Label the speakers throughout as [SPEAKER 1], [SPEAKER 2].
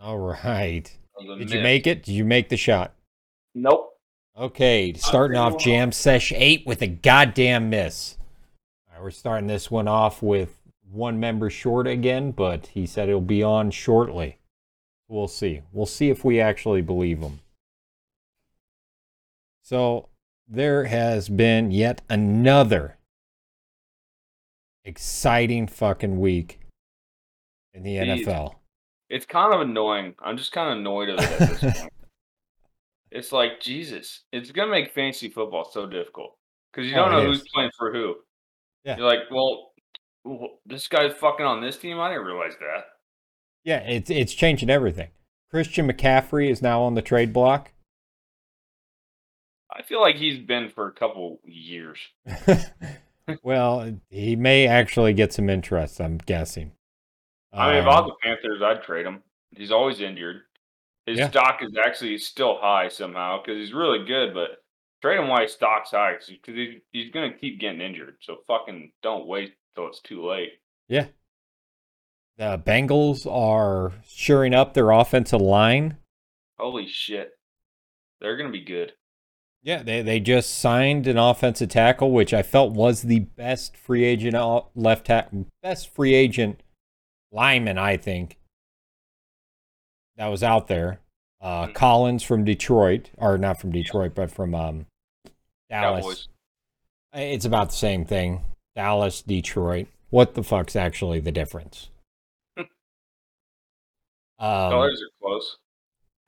[SPEAKER 1] All right.
[SPEAKER 2] That was a
[SPEAKER 1] Did you
[SPEAKER 2] miss.
[SPEAKER 1] make it? Did you make the shot?
[SPEAKER 2] Nope.
[SPEAKER 1] Okay, starting off jam sesh eight with a goddamn miss. All right, we're starting this one off with one member short again, but he said it'll be on shortly. We'll see. We'll see if we actually believe him. So there has been yet another exciting fucking week in the
[SPEAKER 2] Jeez.
[SPEAKER 1] NFL.
[SPEAKER 2] It's kind of annoying. I'm just kind of annoyed of it at this point. It's like Jesus. It's gonna make fantasy football so difficult because you
[SPEAKER 1] Oh,
[SPEAKER 2] don't
[SPEAKER 1] it
[SPEAKER 2] know who's
[SPEAKER 1] is.
[SPEAKER 2] playing for who.
[SPEAKER 1] Yeah.
[SPEAKER 2] You're like, well, wh- this guy's fucking on this team. I didn't realize that.
[SPEAKER 1] Yeah, it's it's changing everything. Christian McCaffrey is now on the trade block.
[SPEAKER 2] I feel like he's been for a couple years.
[SPEAKER 1] well, he may actually get some interest, I'm guessing.
[SPEAKER 2] I mean,
[SPEAKER 1] Um,
[SPEAKER 2] if I was the Panthers, I'd trade him. He's always injured. His
[SPEAKER 1] Yeah.
[SPEAKER 2] stock is actually still high somehow because he's really good, but trade him while his stock's high because he's, he's going to keep getting injured. So fucking don't wait till it's too late.
[SPEAKER 1] yeah. The Bengals are shoring up their offensive line.
[SPEAKER 2] Holy shit. They're going to be good.
[SPEAKER 1] Yeah, they, they just signed an offensive tackle, which I felt was the best free agent o- left tackle, best free agent lineman, I think, that was out there. Uh,
[SPEAKER 2] Mhm.
[SPEAKER 1] Collins from Detroit, or not from Detroit, but from um, Dallas.
[SPEAKER 2] Cowboys.
[SPEAKER 1] I- It's about the same thing. Dallas, Detroit. What the fuck's actually the difference? um,
[SPEAKER 2] Colors are close.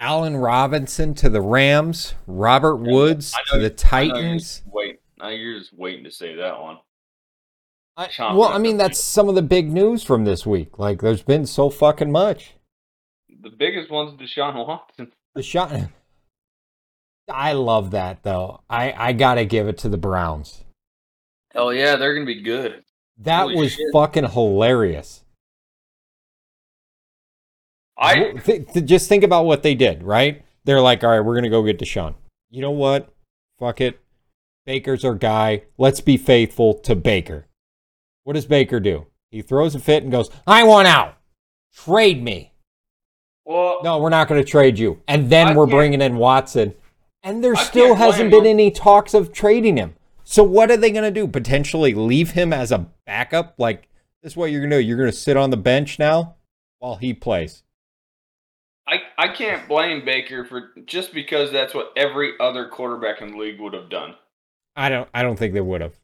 [SPEAKER 1] Allen Robinson to the Rams, Robert
[SPEAKER 2] Yeah,
[SPEAKER 1] Woods
[SPEAKER 2] I know
[SPEAKER 1] to
[SPEAKER 2] you-
[SPEAKER 1] the
[SPEAKER 2] I know you're
[SPEAKER 1] Titans.
[SPEAKER 2] just Wait, now you're just waiting to say that one.
[SPEAKER 1] I,
[SPEAKER 2] chomping
[SPEAKER 1] well,
[SPEAKER 2] at
[SPEAKER 1] I
[SPEAKER 2] the
[SPEAKER 1] mean,
[SPEAKER 2] bit.
[SPEAKER 1] that's some of the big news from this week. Like, there's been so fucking much.
[SPEAKER 2] The biggest one's Deshaun Watson.
[SPEAKER 1] The shot. I love that though. I I gotta give it to the Browns.
[SPEAKER 2] Hell yeah, they're going to be good.
[SPEAKER 1] That
[SPEAKER 2] Holy
[SPEAKER 1] was
[SPEAKER 2] shit.
[SPEAKER 1] fucking hilarious.
[SPEAKER 2] I
[SPEAKER 1] Wh- th- th- just think about what they did, right? They're like, all right, we're gonna go get Deshaun. You know what? Fuck it. Baker's our guy. Let's be faithful to Baker. What does Baker do? He throws a fit and goes, I want out. Trade me.
[SPEAKER 2] well,
[SPEAKER 1] No, we're not going to trade you. And then
[SPEAKER 2] I
[SPEAKER 1] we're
[SPEAKER 2] can't-
[SPEAKER 1] bringing in Watson. And there
[SPEAKER 2] I
[SPEAKER 1] still
[SPEAKER 2] can't blame
[SPEAKER 1] hasn't been
[SPEAKER 2] him.
[SPEAKER 1] any talks of trading him. So what are they going to do? Potentially leave him as a backup? Like, this is what you're going to do. You're going to sit on the bench now while he plays.
[SPEAKER 2] I, I can't blame Baker for just because that's what every other quarterback in the league would have done.
[SPEAKER 1] I don't I don't think they would have.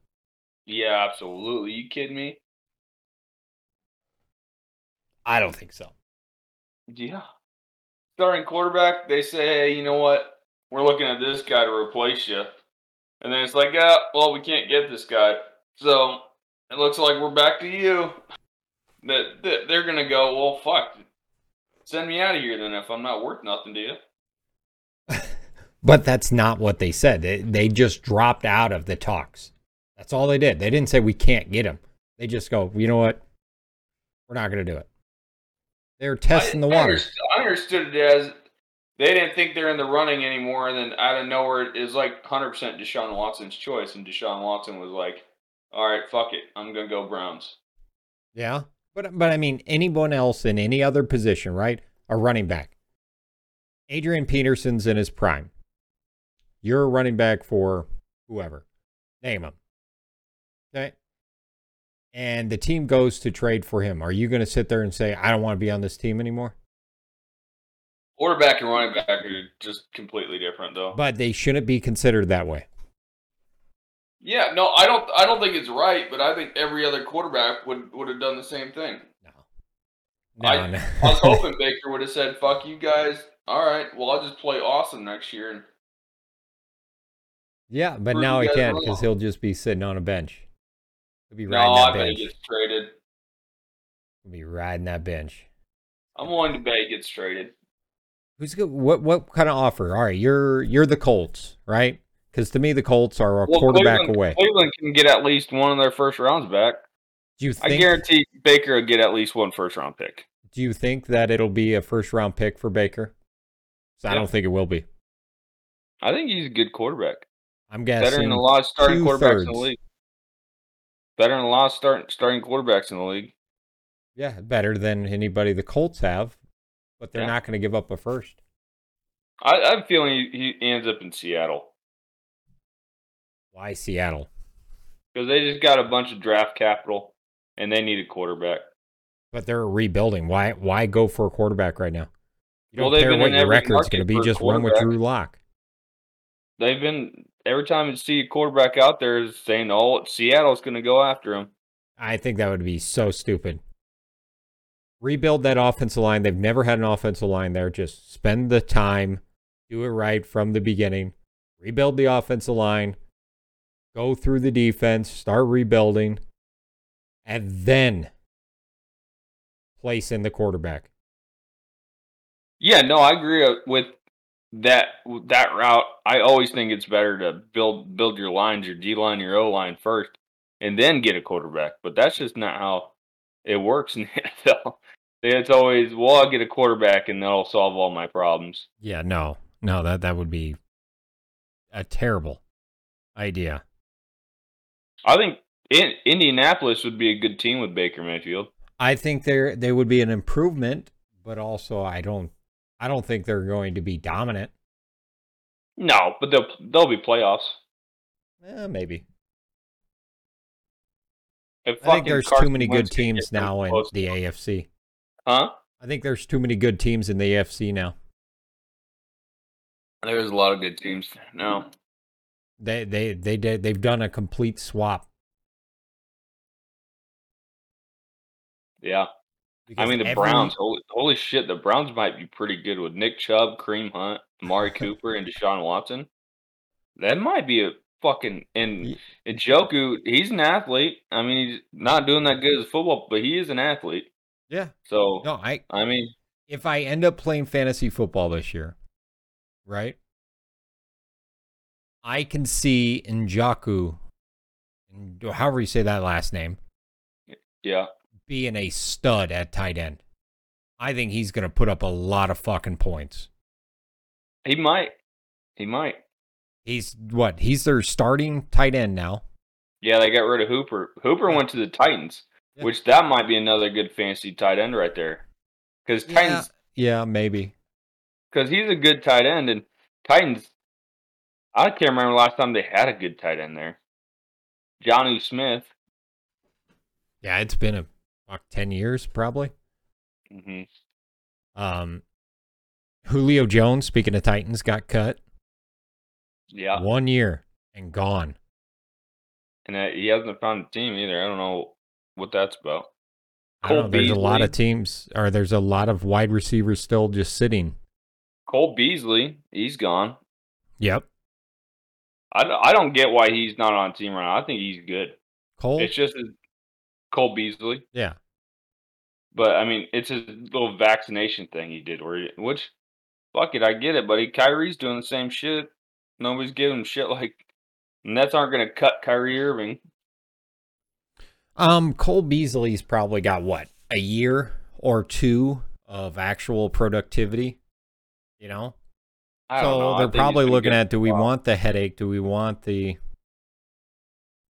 [SPEAKER 2] Yeah, absolutely. You kidding me?
[SPEAKER 1] I don't think so.
[SPEAKER 2] Yeah. Starting quarterback, they say, hey, you know what? We're looking at this guy to replace you. And then it's like, yeah, well, we can't get this guy. So it looks like we're back to you. That that- They're going to go, well, fuck. Send me out of here then if I'm not worth nothing to you.
[SPEAKER 1] But that's not what they said. They, they just dropped out of the talks. That's all they did. They didn't say we can't get him. They just go, you know what? We're not going to do it. They're testing the
[SPEAKER 2] I
[SPEAKER 1] water.
[SPEAKER 2] underst- I understood it as they didn't think they're in the running anymore, and then out of nowhere, it was like 100% Deshaun Watson's choice, and Deshaun Watson was like, all right, fuck it. I'm going to go Browns.
[SPEAKER 1] Yeah. But but I mean anyone else in any other position, right? A running back. Adrian Peterson's in his prime. You're a running back for whoever. Name him. Okay. And the team goes to trade for him. Are you going to sit there and say, I don't want to be on this team anymore?
[SPEAKER 2] Quarterback and running back are just completely different, though.
[SPEAKER 1] But they shouldn't be considered that way.
[SPEAKER 2] yeah, no, I don't. I don't think it's right, but I think every other quarterback would would have done the same thing.
[SPEAKER 1] No. No,
[SPEAKER 2] I-
[SPEAKER 1] no.
[SPEAKER 2] I was hoping Baker would have said, "Fuck you guys." All right, well, I'll just play awesome next year. And
[SPEAKER 1] yeah, but
[SPEAKER 2] Prove
[SPEAKER 1] now
[SPEAKER 2] you
[SPEAKER 1] he
[SPEAKER 2] guys
[SPEAKER 1] can't
[SPEAKER 2] wrong.
[SPEAKER 1] because he'll just be sitting on a bench. He'll be
[SPEAKER 2] no,
[SPEAKER 1] riding
[SPEAKER 2] I
[SPEAKER 1] that
[SPEAKER 2] bet he
[SPEAKER 1] bench.
[SPEAKER 2] gets traded.
[SPEAKER 1] He'll be riding that bench.
[SPEAKER 2] I'm willing to bet he gets traded.
[SPEAKER 1] Who's good? What what kind of offer? All right, you're you're the Colts, right? Because to me, the Colts are a
[SPEAKER 2] Well,
[SPEAKER 1] quarterback
[SPEAKER 2] Cleveland,
[SPEAKER 1] away.
[SPEAKER 2] Cleveland can get at least one of their first rounds back.
[SPEAKER 1] Do you
[SPEAKER 2] I
[SPEAKER 1] think?
[SPEAKER 2] guarantee Baker will get at least one first round pick.
[SPEAKER 1] do you think that it'll be a first round pick for Baker? 'Cause I
[SPEAKER 2] Yeah.
[SPEAKER 1] don't think it will be.
[SPEAKER 2] I think he's a good quarterback.
[SPEAKER 1] I'm
[SPEAKER 2] Better
[SPEAKER 1] guessing.
[SPEAKER 2] than a lot of starting quarterbacks in the
[SPEAKER 1] two-thirds.
[SPEAKER 2] league. Better than a lot of starting starting quarterbacks in the league.
[SPEAKER 1] Yeah, better than anybody the Colts have. but they're
[SPEAKER 2] Yeah.
[SPEAKER 1] not going to give up a first.
[SPEAKER 2] I, I'm feeling he, he ends up in Seattle
[SPEAKER 1] Why Seattle?
[SPEAKER 2] because they just got a bunch of draft capital and they need a quarterback.
[SPEAKER 1] But they're rebuilding. Why why go for a quarterback right now? You don't
[SPEAKER 2] Well, they've
[SPEAKER 1] care
[SPEAKER 2] been
[SPEAKER 1] what
[SPEAKER 2] in
[SPEAKER 1] your
[SPEAKER 2] every
[SPEAKER 1] record's
[SPEAKER 2] market
[SPEAKER 1] going to be.
[SPEAKER 2] for a
[SPEAKER 1] Just run with
[SPEAKER 2] quarterback.
[SPEAKER 1] Drew Lock.
[SPEAKER 2] They've been every time you see a quarterback out there is saying, "Oh, Seattle's going to go after him."
[SPEAKER 1] I think that would be so stupid. Rebuild that offensive line. They've never had an offensive line there. Just spend the time, do it right from the beginning. Rebuild the offensive line, go through the defense, start rebuilding, and then place in the quarterback.
[SPEAKER 2] Yeah, no, I agree uh, with that with that route. I always think it's better to build build your lines, your D line, your O line first, and then get a quarterback. But that's just not how it works in the NFL. It's always, well, I'll get a quarterback and that'll solve all my problems.
[SPEAKER 1] Yeah, no, no, that that would be a terrible idea.
[SPEAKER 2] I think in, Indianapolis would be a good team with Baker Mayfield.
[SPEAKER 1] I think they're they would be an improvement, but also I don't I don't think they're going to be dominant.
[SPEAKER 2] No, but they'll they'll be playoffs.
[SPEAKER 1] Eh, maybe. I
[SPEAKER 2] If
[SPEAKER 1] think
[SPEAKER 2] fucking
[SPEAKER 1] there's too
[SPEAKER 2] Carson
[SPEAKER 1] many good
[SPEAKER 2] Wentz can
[SPEAKER 1] teams
[SPEAKER 2] get them
[SPEAKER 1] now in
[SPEAKER 2] close-
[SPEAKER 1] the AFC.
[SPEAKER 2] Huh?
[SPEAKER 1] I think there's too many good teams in the AFC now.
[SPEAKER 2] There's a lot of good teams. No.
[SPEAKER 1] They they they did they've done a complete swap.
[SPEAKER 2] Yeah. I
[SPEAKER 1] because
[SPEAKER 2] mean the
[SPEAKER 1] every-
[SPEAKER 2] Browns. Holy, holy shit, the Browns might be pretty good with Nick Chubb, Kareem Hunt, Amari Cooper, and Deshaun Watson. That might be a fucking and
[SPEAKER 1] Ye-
[SPEAKER 2] and Joku. He's an athlete. I mean, he's not doing that good as a football, but he is an athlete.
[SPEAKER 1] Yeah.
[SPEAKER 2] So
[SPEAKER 1] No, I
[SPEAKER 2] I mean,
[SPEAKER 1] if I end up playing fantasy football this year, right? I can see Njaku, N- however you say that last name,
[SPEAKER 2] yeah,
[SPEAKER 1] being a stud at tight end. I think he's going to put up a lot of fucking points.
[SPEAKER 2] he might. He might.
[SPEAKER 1] He's what? He's their starting tight end now.
[SPEAKER 2] Yeah, they got rid of Hooper. Hooper went to the Titans,
[SPEAKER 1] Yeah.
[SPEAKER 2] which that might be another good fantasy tight end right there. Because Titans,
[SPEAKER 1] Yeah, maybe.
[SPEAKER 2] because he's a good tight end, and Titans. I can't remember the last time they had a good tight end there. Johnny Smith.
[SPEAKER 1] Yeah, it's been a fuck 10 years probably.
[SPEAKER 2] hmm
[SPEAKER 1] Um Julio Jones, speaking of Titans, got cut
[SPEAKER 2] Yeah,
[SPEAKER 1] one year and gone.
[SPEAKER 2] and uh, he hasn't found a team either. I don't know what that's about.
[SPEAKER 1] I don't know,
[SPEAKER 2] Cole
[SPEAKER 1] there's a lot of
[SPEAKER 2] Beasley.
[SPEAKER 1] teams, or there's a lot of wide receivers still just sitting.
[SPEAKER 2] Cole Beasley, he's gone.
[SPEAKER 1] Yep.
[SPEAKER 2] I don't, I don't get why he's not on a team right now. I think he's good.
[SPEAKER 1] Cole.
[SPEAKER 2] It's just his- Cole Beasley.
[SPEAKER 1] yeah.
[SPEAKER 2] But I mean, it's his little vaccination thing he did, where he, which, fuck it, I get it, buddy. Kyrie's doing the same shit. Nobody's giving him shit like. Nets aren't going to cut Kyrie Irving.
[SPEAKER 1] Um, Cole Beasley's probably got what a year or two of actual productivity. You know,
[SPEAKER 2] I
[SPEAKER 1] so
[SPEAKER 2] don't know. I
[SPEAKER 1] they're
[SPEAKER 2] think he's
[SPEAKER 1] probably
[SPEAKER 2] been
[SPEAKER 1] looking
[SPEAKER 2] good
[SPEAKER 1] at: Do we
[SPEAKER 2] for a while.
[SPEAKER 1] want the headache? Do we want the?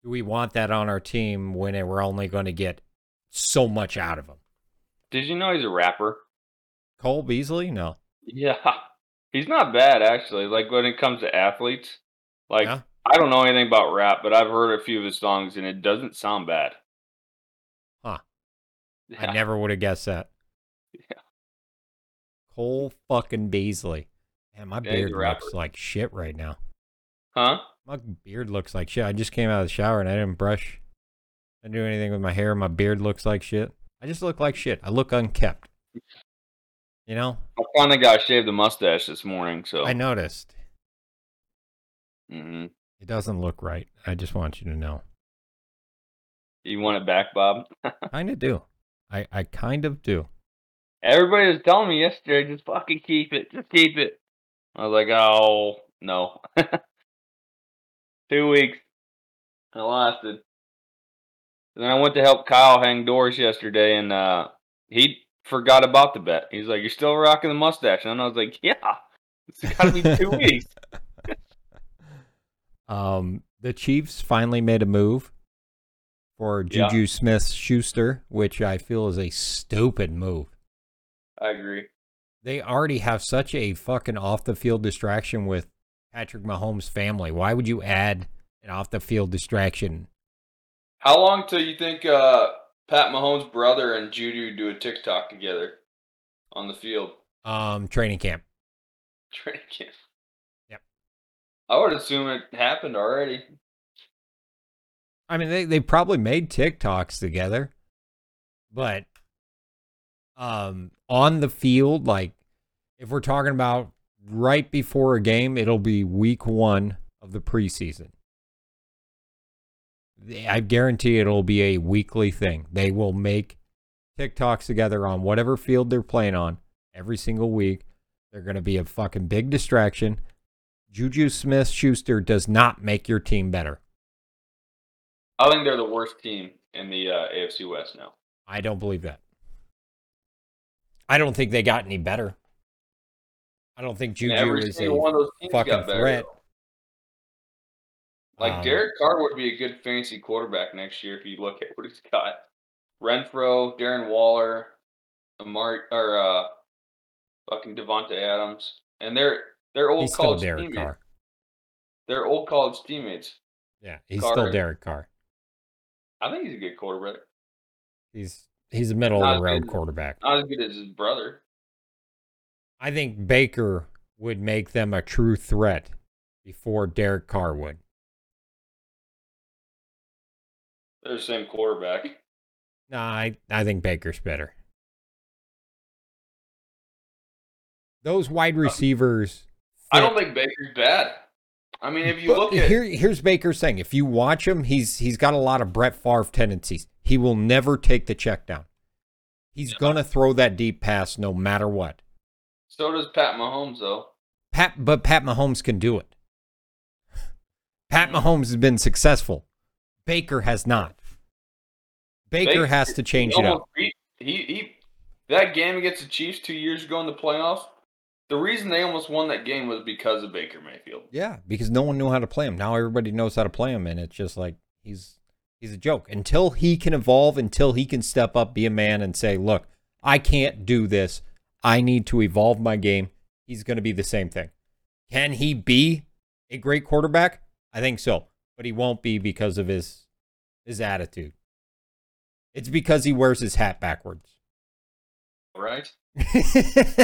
[SPEAKER 1] Do we want that on our team when it- we're only going to get so much out of him?
[SPEAKER 2] Did you know he's a rapper?
[SPEAKER 1] Cole Beasley, no,
[SPEAKER 2] Yeah, he's not bad actually. Like when it comes to athletes, like
[SPEAKER 1] Yeah.
[SPEAKER 2] I don't know anything about rap, but I've heard a few of his songs and it doesn't sound bad.
[SPEAKER 1] Huh.
[SPEAKER 2] Yeah.
[SPEAKER 1] I never would have guessed that.
[SPEAKER 2] Yeah.
[SPEAKER 1] Cole fucking Beasley, man, my
[SPEAKER 2] Yeah, he's a
[SPEAKER 1] beard looks
[SPEAKER 2] rapper.
[SPEAKER 1] like shit right now.
[SPEAKER 2] Huh?
[SPEAKER 1] My beard looks like shit. I just came out of the shower and I didn't brush. I didn't do anything with my hair. My beard looks like shit. I just look like shit. I look unkept. You know?
[SPEAKER 2] I finally got shaved the mustache this morning, so
[SPEAKER 1] I noticed.
[SPEAKER 2] hmm
[SPEAKER 1] It doesn't look right. I just want you to know.
[SPEAKER 2] you want it back, Bob?
[SPEAKER 1] Kind of do. I, I kind of do.
[SPEAKER 2] Everybody was telling me yesterday, just fucking keep it, just keep it. I was like, oh no, two weeks. It lasted. And then I went to help Kyle hang doors yesterday, and uh, he forgot about the bet. He's like, "You're still rocking the mustache," and I was like, "Yeah, it's got to be two weeks."
[SPEAKER 1] Um, the Chiefs finally made a move for
[SPEAKER 2] Yeah.
[SPEAKER 1] Juju Smith Schuster, which I feel is a stupid move.
[SPEAKER 2] I agree.
[SPEAKER 1] They already have such a fucking off the field distraction with Patrick Mahomes' family. Why would you add an off the field distraction?
[SPEAKER 2] How long till you think uh, Pat Mahomes' brother and Juju do a TikTok together on the field
[SPEAKER 1] Um, training camp.
[SPEAKER 2] training camp?
[SPEAKER 1] Yep.
[SPEAKER 2] I would assume it happened already.
[SPEAKER 1] I mean, they, they probably made TikToks together, but um, on the field, like if we're talking about right before a game, it'll be week one of the preseason. They- I guarantee it'll be a weekly thing. They will make TikToks together on whatever field they're playing on every single week. They're going to be a fucking big distraction. Juju Smith Schuster does not make your team better.
[SPEAKER 2] I think they're the worst team in the uh, AFC West now.
[SPEAKER 1] I don't believe that. I don't think they got any better. I don't think
[SPEAKER 2] And
[SPEAKER 1] Juju
[SPEAKER 2] every
[SPEAKER 1] is a
[SPEAKER 2] single one of those teams
[SPEAKER 1] fucking
[SPEAKER 2] got better.
[SPEAKER 1] threat.
[SPEAKER 2] Like
[SPEAKER 1] um,
[SPEAKER 2] Derek Carr would be a good fantasy quarterback next year if you look at what he's got. Renfro, Darren Waller, Amari or uh fucking Devonta Adams. And they're they're old
[SPEAKER 1] He's still
[SPEAKER 2] college
[SPEAKER 1] Derek
[SPEAKER 2] teammates.
[SPEAKER 1] Carr.
[SPEAKER 2] They're old college teammates.
[SPEAKER 1] Yeah, he's
[SPEAKER 2] Carr.
[SPEAKER 1] still Derek Carr.
[SPEAKER 2] I think he's a good quarterback.
[SPEAKER 1] He's he's a middle of
[SPEAKER 2] Not as
[SPEAKER 1] the road
[SPEAKER 2] good.
[SPEAKER 1] quarterback.
[SPEAKER 2] Not as good as his brother.
[SPEAKER 1] I think Baker would make them a true threat before Derek Carr would.
[SPEAKER 2] They're the same quarterback.
[SPEAKER 1] No, I, I think Baker's better. Those wide receivers.
[SPEAKER 2] Uh, I
[SPEAKER 1] fit
[SPEAKER 2] don't think Baker's bad. I mean if you
[SPEAKER 1] But
[SPEAKER 2] look at
[SPEAKER 1] here, here's Baker's thing. If you watch him, he's he's got a lot of Brett Favre tendencies. He will never take the check down. He's
[SPEAKER 2] Yeah.
[SPEAKER 1] gonna throw that deep pass no matter what.
[SPEAKER 2] so does Pat Mahomes though.
[SPEAKER 1] Pat but Pat Mahomes can do it. Pat
[SPEAKER 2] Mhm.
[SPEAKER 1] Mahomes has been successful. Baker has not. Baker,
[SPEAKER 2] Baker-
[SPEAKER 1] has to change
[SPEAKER 2] He
[SPEAKER 1] it up.
[SPEAKER 2] almost beat- He, he that game against the Chiefs two years ago in the playoffs. The reason they almost won that game was because of Baker Mayfield.
[SPEAKER 1] Yeah, because no one knew how to play him. Now everybody knows how to play him, and it's just like he's he's a joke. Until he can evolve, until he can step up, be a man, and say, "Look, I can't do this. I need to evolve my game." He's going to be the same thing. Can he be a great quarterback? I think so, but he won't be because of his his attitude. It's because he wears his hat backwards.
[SPEAKER 2] Right? Stupidest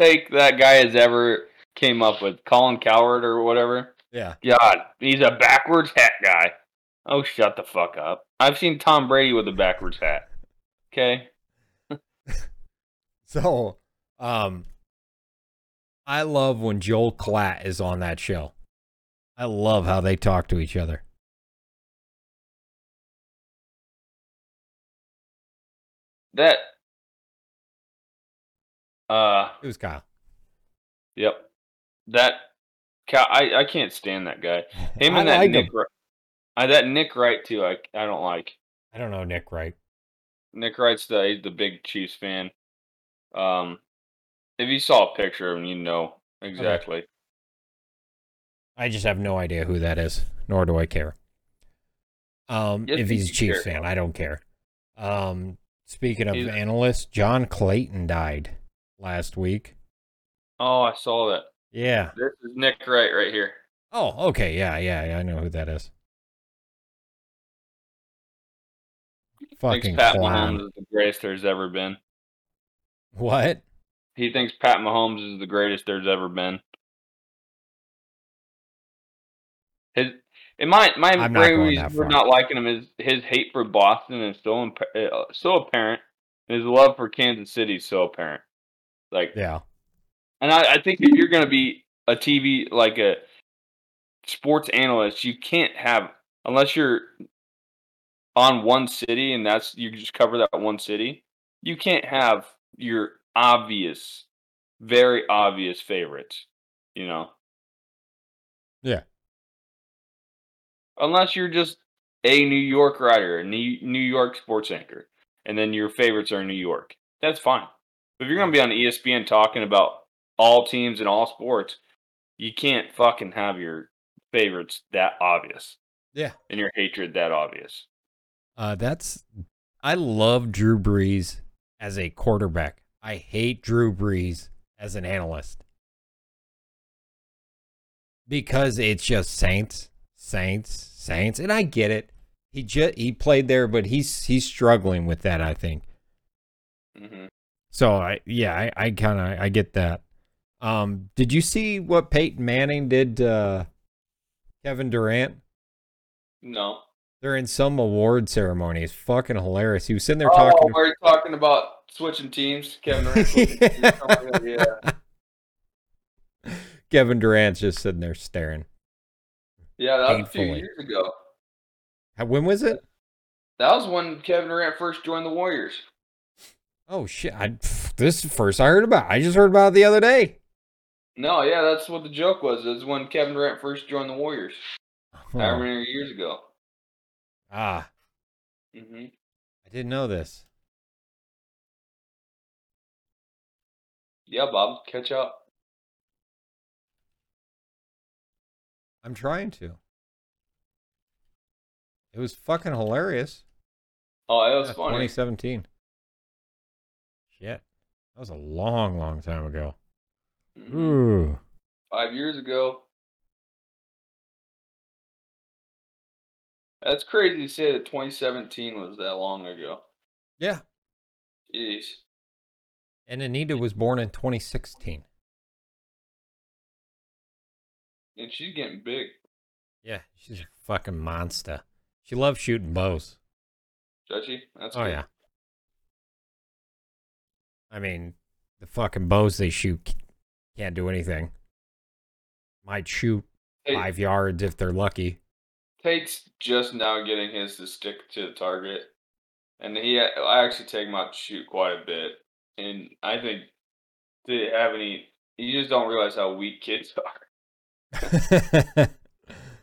[SPEAKER 2] take that guy has ever came up with, Colin Coward or whatever.
[SPEAKER 1] yeah.
[SPEAKER 2] God, he's a backwards hat guy. Oh, shut the fuck up. I've seen Tom Brady with a backwards hat. Okay,
[SPEAKER 1] So, um, I love when Joel Klatt is on that show. I love how they talk to each other.
[SPEAKER 2] that. Uh,
[SPEAKER 1] It was Kyle.
[SPEAKER 2] yep. That. Cow- I I can't stand that guy. Him
[SPEAKER 1] I
[SPEAKER 2] and that
[SPEAKER 1] like
[SPEAKER 2] Nick,
[SPEAKER 1] him.
[SPEAKER 2] Wright, uh, that Nick Wright too. I I don't like
[SPEAKER 1] I don't know Nick Wright.
[SPEAKER 2] Nick Wright's the he's the big Chiefs fan. Um, if you saw a picture of him, you know exactly.
[SPEAKER 1] I just have no idea who that is, nor do I care. Um,
[SPEAKER 2] Yes,
[SPEAKER 1] if
[SPEAKER 2] you
[SPEAKER 1] he's a
[SPEAKER 2] do
[SPEAKER 1] Chiefs
[SPEAKER 2] care.
[SPEAKER 1] fan, I don't care. Um, speaking of
[SPEAKER 2] He's-
[SPEAKER 1] analysts, John Clayton died last week.
[SPEAKER 2] Oh, I saw that.
[SPEAKER 1] Yeah.
[SPEAKER 2] This is Nick Wright right here.
[SPEAKER 1] Oh, okay. Yeah, yeah, yeah. I know who that is. Fucking
[SPEAKER 2] thinks Pat
[SPEAKER 1] clown.
[SPEAKER 2] Mahomes is the greatest there's ever been.
[SPEAKER 1] What?
[SPEAKER 2] He thinks Pat Mahomes is the greatest there's ever been. His in my my
[SPEAKER 1] I'm not
[SPEAKER 2] brain
[SPEAKER 1] going
[SPEAKER 2] reason
[SPEAKER 1] that
[SPEAKER 2] for
[SPEAKER 1] far.
[SPEAKER 2] not liking him is his hate for Boston is so imp- uh, so apparent, and his love for Kansas City is so apparent. Like,
[SPEAKER 1] Yeah.
[SPEAKER 2] and I, I think if you're going to be a TV like a sports analyst, you can't have unless you're on one city and that's you just cover that one city. You can't have your obvious, very obvious favorites. You know.
[SPEAKER 1] Yeah.
[SPEAKER 2] Unless you're just a New York writer, a New New York sports anchor, and then your favorites are in New York. That's fine. But if you're going to be on E ESPN talking about all teams and all sports, you can't fucking have your favorites that obvious
[SPEAKER 1] Yeah.
[SPEAKER 2] and your hatred that obvious.
[SPEAKER 1] Uh, that's I love Drew Brees as a quarterback. I I hate Drew Brees as an analyst because it's just Saints, Saints, Saints, and I get it. He just he played there, but he's he's struggling with that. I think.
[SPEAKER 2] hmm
[SPEAKER 1] So I yeah I, I kind of I get that. Um, did you see what Peyton Manning did to Kevin Durant?
[SPEAKER 2] No.
[SPEAKER 1] They're in some award ceremony. It's fucking hilarious. He was sitting there
[SPEAKER 2] Oh,
[SPEAKER 1] talking.
[SPEAKER 2] we're talking about switching teams, Kevin Durant. switching teams. Oh, yeah.
[SPEAKER 1] Kevin Durant's just sitting there staring.
[SPEAKER 2] Yeah, that was a few
[SPEAKER 1] Painfully.
[SPEAKER 2] years ago.
[SPEAKER 1] How- When was it?
[SPEAKER 2] That was when Kevin Durant first joined the Warriors.
[SPEAKER 1] Oh shit! I, pff, this is the first I heard about. it. I just heard about it the other day.
[SPEAKER 2] No, yeah, that's what the joke was. Is when Kevin Durant first joined the Warriors.
[SPEAKER 1] Oh,
[SPEAKER 2] However many years ago.
[SPEAKER 1] ah,
[SPEAKER 2] hmm
[SPEAKER 1] I didn't know this.
[SPEAKER 2] Yeah, Bob, catch up.
[SPEAKER 1] I'm trying to. It was fucking hilarious.
[SPEAKER 2] Oh, that was
[SPEAKER 1] Yeah,
[SPEAKER 2] funny.
[SPEAKER 1] 2017. Shit, that was a long, long time ago.
[SPEAKER 2] Mhm.
[SPEAKER 1] Ooh.
[SPEAKER 2] Five years ago. That's crazy to say that 2017 was that long ago.
[SPEAKER 1] Yeah.
[SPEAKER 2] Jeez.
[SPEAKER 1] And Anita was born in 2016.
[SPEAKER 2] And she's getting big.
[SPEAKER 1] Yeah, she's a fucking monster. She loves shooting bows.
[SPEAKER 2] Judgy? That's
[SPEAKER 1] oh
[SPEAKER 2] good.
[SPEAKER 1] yeah. I mean, the fucking bows they shoot c- can't do anything. Might shoot
[SPEAKER 2] Hey,
[SPEAKER 1] five yards if they're lucky.
[SPEAKER 2] Tate's just now getting his to stick to the target, and he I actually take him out to shoot quite a bit, and I think they have any. You just don't realize how weak kids are. Oh,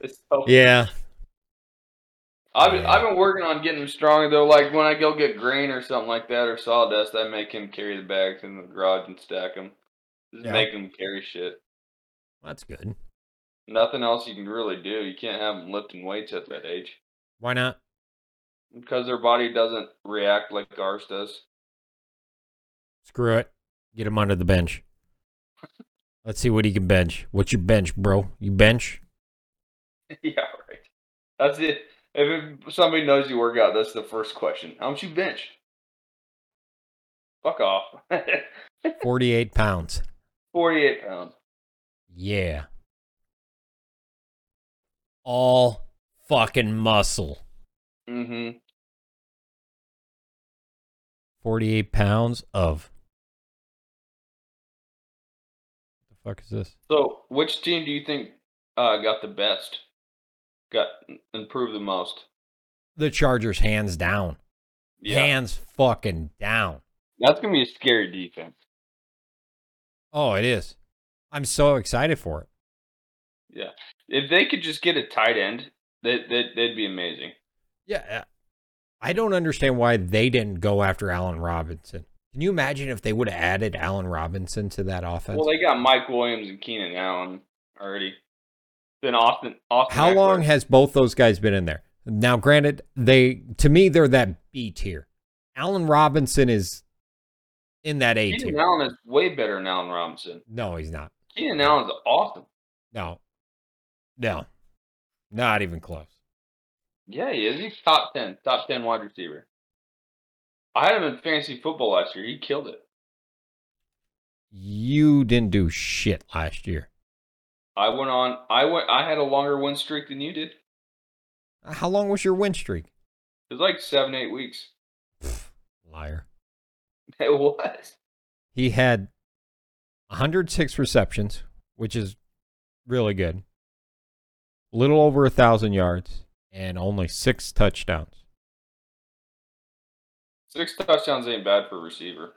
[SPEAKER 2] It's so-
[SPEAKER 1] yeah.
[SPEAKER 2] I've been,
[SPEAKER 1] Yeah.
[SPEAKER 2] I've been working on getting him stronger though. Like when I go get grain or something like that or sawdust, I make him carry the bags in the garage and stack them. Just
[SPEAKER 1] Yeah.
[SPEAKER 2] make him carry shit.
[SPEAKER 1] That's good.
[SPEAKER 2] Nothing else you can really do. You can't have them lifting weights at that age
[SPEAKER 1] Why not?
[SPEAKER 2] because their body doesn't react like ours does.
[SPEAKER 1] Screw it. Get him under the bench. Let's see what he can bench. What's your bench, bro? You bench?
[SPEAKER 2] Yeah, right. That's it. If it, somebody knows you work out, that's the first question. How much you bench? Fuck off.
[SPEAKER 1] 48 pounds.
[SPEAKER 2] 48 pounds.
[SPEAKER 1] Yeah. All fucking muscle.
[SPEAKER 2] Mm-hmm.
[SPEAKER 1] 48 pounds of. What the fuck is this?
[SPEAKER 2] So, which team do you think uh, got the best? Got improved the most?
[SPEAKER 1] The Chargers, hands down. Hands fucking down.
[SPEAKER 2] That's going to be a scary defense.
[SPEAKER 1] Oh, it is. I'm so excited for it.
[SPEAKER 2] If they could just get a tight end, that that they'd be amazing.
[SPEAKER 1] Yeah. uh, I don't understand why they didn't go after Allen Robinson. Can you imagine if they would have added Allen Robinson to that offense?
[SPEAKER 2] Well, they got Mike Williams and Keenan Allen already. Then Austin. Austin
[SPEAKER 1] How
[SPEAKER 2] Eckler.
[SPEAKER 1] long has both those guys been in there? Now, granted, they to me they're that B tier. Allen Robinson is in that A
[SPEAKER 2] Keenan
[SPEAKER 1] tier.
[SPEAKER 2] Allen is way better than Allen Robinson.
[SPEAKER 1] No, he's not.
[SPEAKER 2] Keenan Allen's awesome.
[SPEAKER 1] No, no, not even close.
[SPEAKER 2] Yeah, he is. He's top ten, top ten wide receiver. I had him in fantasy football last year. He killed it.
[SPEAKER 1] You didn't do shit last year.
[SPEAKER 2] I went on. I went. I had a longer win streak than you did. It
[SPEAKER 1] How long was your win streak?
[SPEAKER 2] was like seven, eight weeks.
[SPEAKER 1] Liar.
[SPEAKER 2] It was.
[SPEAKER 1] He had 106 receptions, which is really good. Little over a thousand yards and only six touchdowns.
[SPEAKER 2] Six touchdowns ain't bad for a receiver.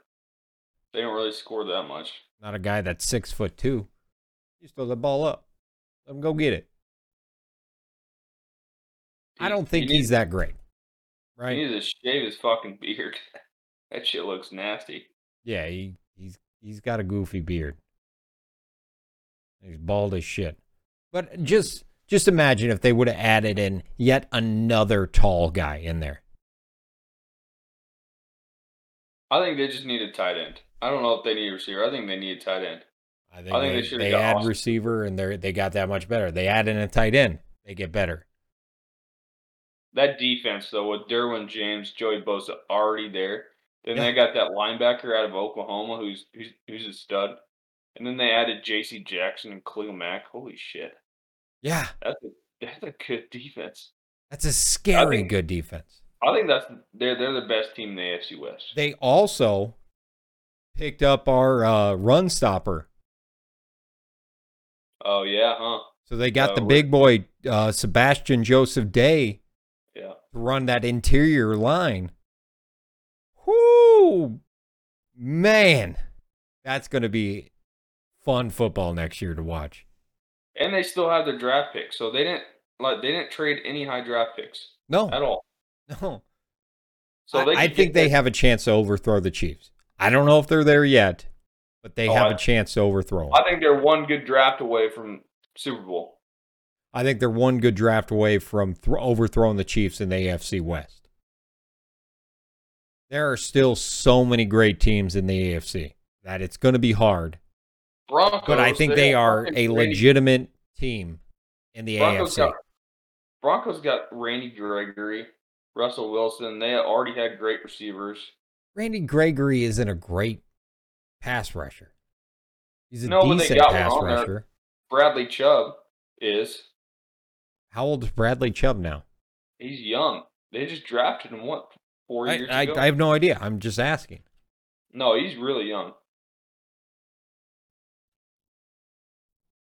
[SPEAKER 2] They don't really score that much.
[SPEAKER 1] not a guy that's six foot two. Just throw the ball up. Let him go get it. I
[SPEAKER 2] He-
[SPEAKER 1] don't
[SPEAKER 2] he
[SPEAKER 1] think
[SPEAKER 2] needs-
[SPEAKER 1] he's that great. Right?
[SPEAKER 2] He needs to shave his fucking beard. that shit looks nasty.
[SPEAKER 1] Yeah, he, he's he's got a goofy beard. He's bald as shit. But just just imagine if they would have added in yet another tall guy in there.
[SPEAKER 2] I think they just need a tight end. I don't know if they need a receiver. I think they need a tight end.
[SPEAKER 1] I think,
[SPEAKER 2] I think
[SPEAKER 1] they,
[SPEAKER 2] they should've
[SPEAKER 1] they
[SPEAKER 2] got
[SPEAKER 1] add
[SPEAKER 2] Austin.
[SPEAKER 1] receiver and they they got that much better. They add in a tight end, they get better.
[SPEAKER 2] That defense though, with Derwin James, Joey Bosa already there. Then they got that linebacker out of Oklahoma who's who's, who's a stud. And then they added J.C. Jackson and Khalil Mack. Holy shit,
[SPEAKER 1] Yeah,
[SPEAKER 2] that's a, that's a good defense.
[SPEAKER 1] that's a scary
[SPEAKER 2] think-
[SPEAKER 1] good defense.
[SPEAKER 2] I think that's they're they're the best team in the AFC West.
[SPEAKER 1] They also picked up our uh, run stopper,
[SPEAKER 2] oh yeah, huh?
[SPEAKER 1] so they got
[SPEAKER 2] Uh,
[SPEAKER 1] the
[SPEAKER 2] who-
[SPEAKER 1] big boy uh, Sebastian Joseph Day
[SPEAKER 2] Yeah.
[SPEAKER 1] to run that interior line. Whoo, man, that's going to be fun football next year to watch.
[SPEAKER 2] And they still have their draft picks, so they didn't like they didn't trade any high draft picks at
[SPEAKER 1] No,
[SPEAKER 2] all.
[SPEAKER 1] no.
[SPEAKER 2] So
[SPEAKER 1] Oh. I,
[SPEAKER 2] they
[SPEAKER 1] I
[SPEAKER 2] could
[SPEAKER 1] think
[SPEAKER 2] get
[SPEAKER 1] they
[SPEAKER 2] that-
[SPEAKER 1] have a chance to overthrow the Chiefs. I don't know if they're there yet, but they
[SPEAKER 2] Oh,
[SPEAKER 1] have
[SPEAKER 2] I-
[SPEAKER 1] a chance to overthrow. 'em.
[SPEAKER 2] I think they're one good draft away from Super Bowl.
[SPEAKER 1] I think they're one good draft away from thr overthrowing the Chiefs in the AFC West. There are still so many great teams in the AFC that it's going to be hard,
[SPEAKER 2] Broncos,
[SPEAKER 1] but I think
[SPEAKER 2] they
[SPEAKER 1] they
[SPEAKER 2] got
[SPEAKER 1] are
[SPEAKER 2] fucking
[SPEAKER 1] a
[SPEAKER 2] Randy-
[SPEAKER 1] legitimate team in the
[SPEAKER 2] Broncos
[SPEAKER 1] AFC.
[SPEAKER 2] got Broncos got Randy Gregory, Russell Wilson. They already had great receivers.
[SPEAKER 1] Randy Gregory isn't a great pass rusher. He's a
[SPEAKER 2] No, but they
[SPEAKER 1] decent
[SPEAKER 2] got one uh,
[SPEAKER 1] pass
[SPEAKER 2] on there.
[SPEAKER 1] rusher.
[SPEAKER 2] Bradley Chubb is
[SPEAKER 1] How old is Bradley Chubb now?
[SPEAKER 2] he's young. They just drafted him what four
[SPEAKER 1] I,
[SPEAKER 2] years ago?
[SPEAKER 1] I, I have no idea. I'm just asking.
[SPEAKER 2] no, he's really young.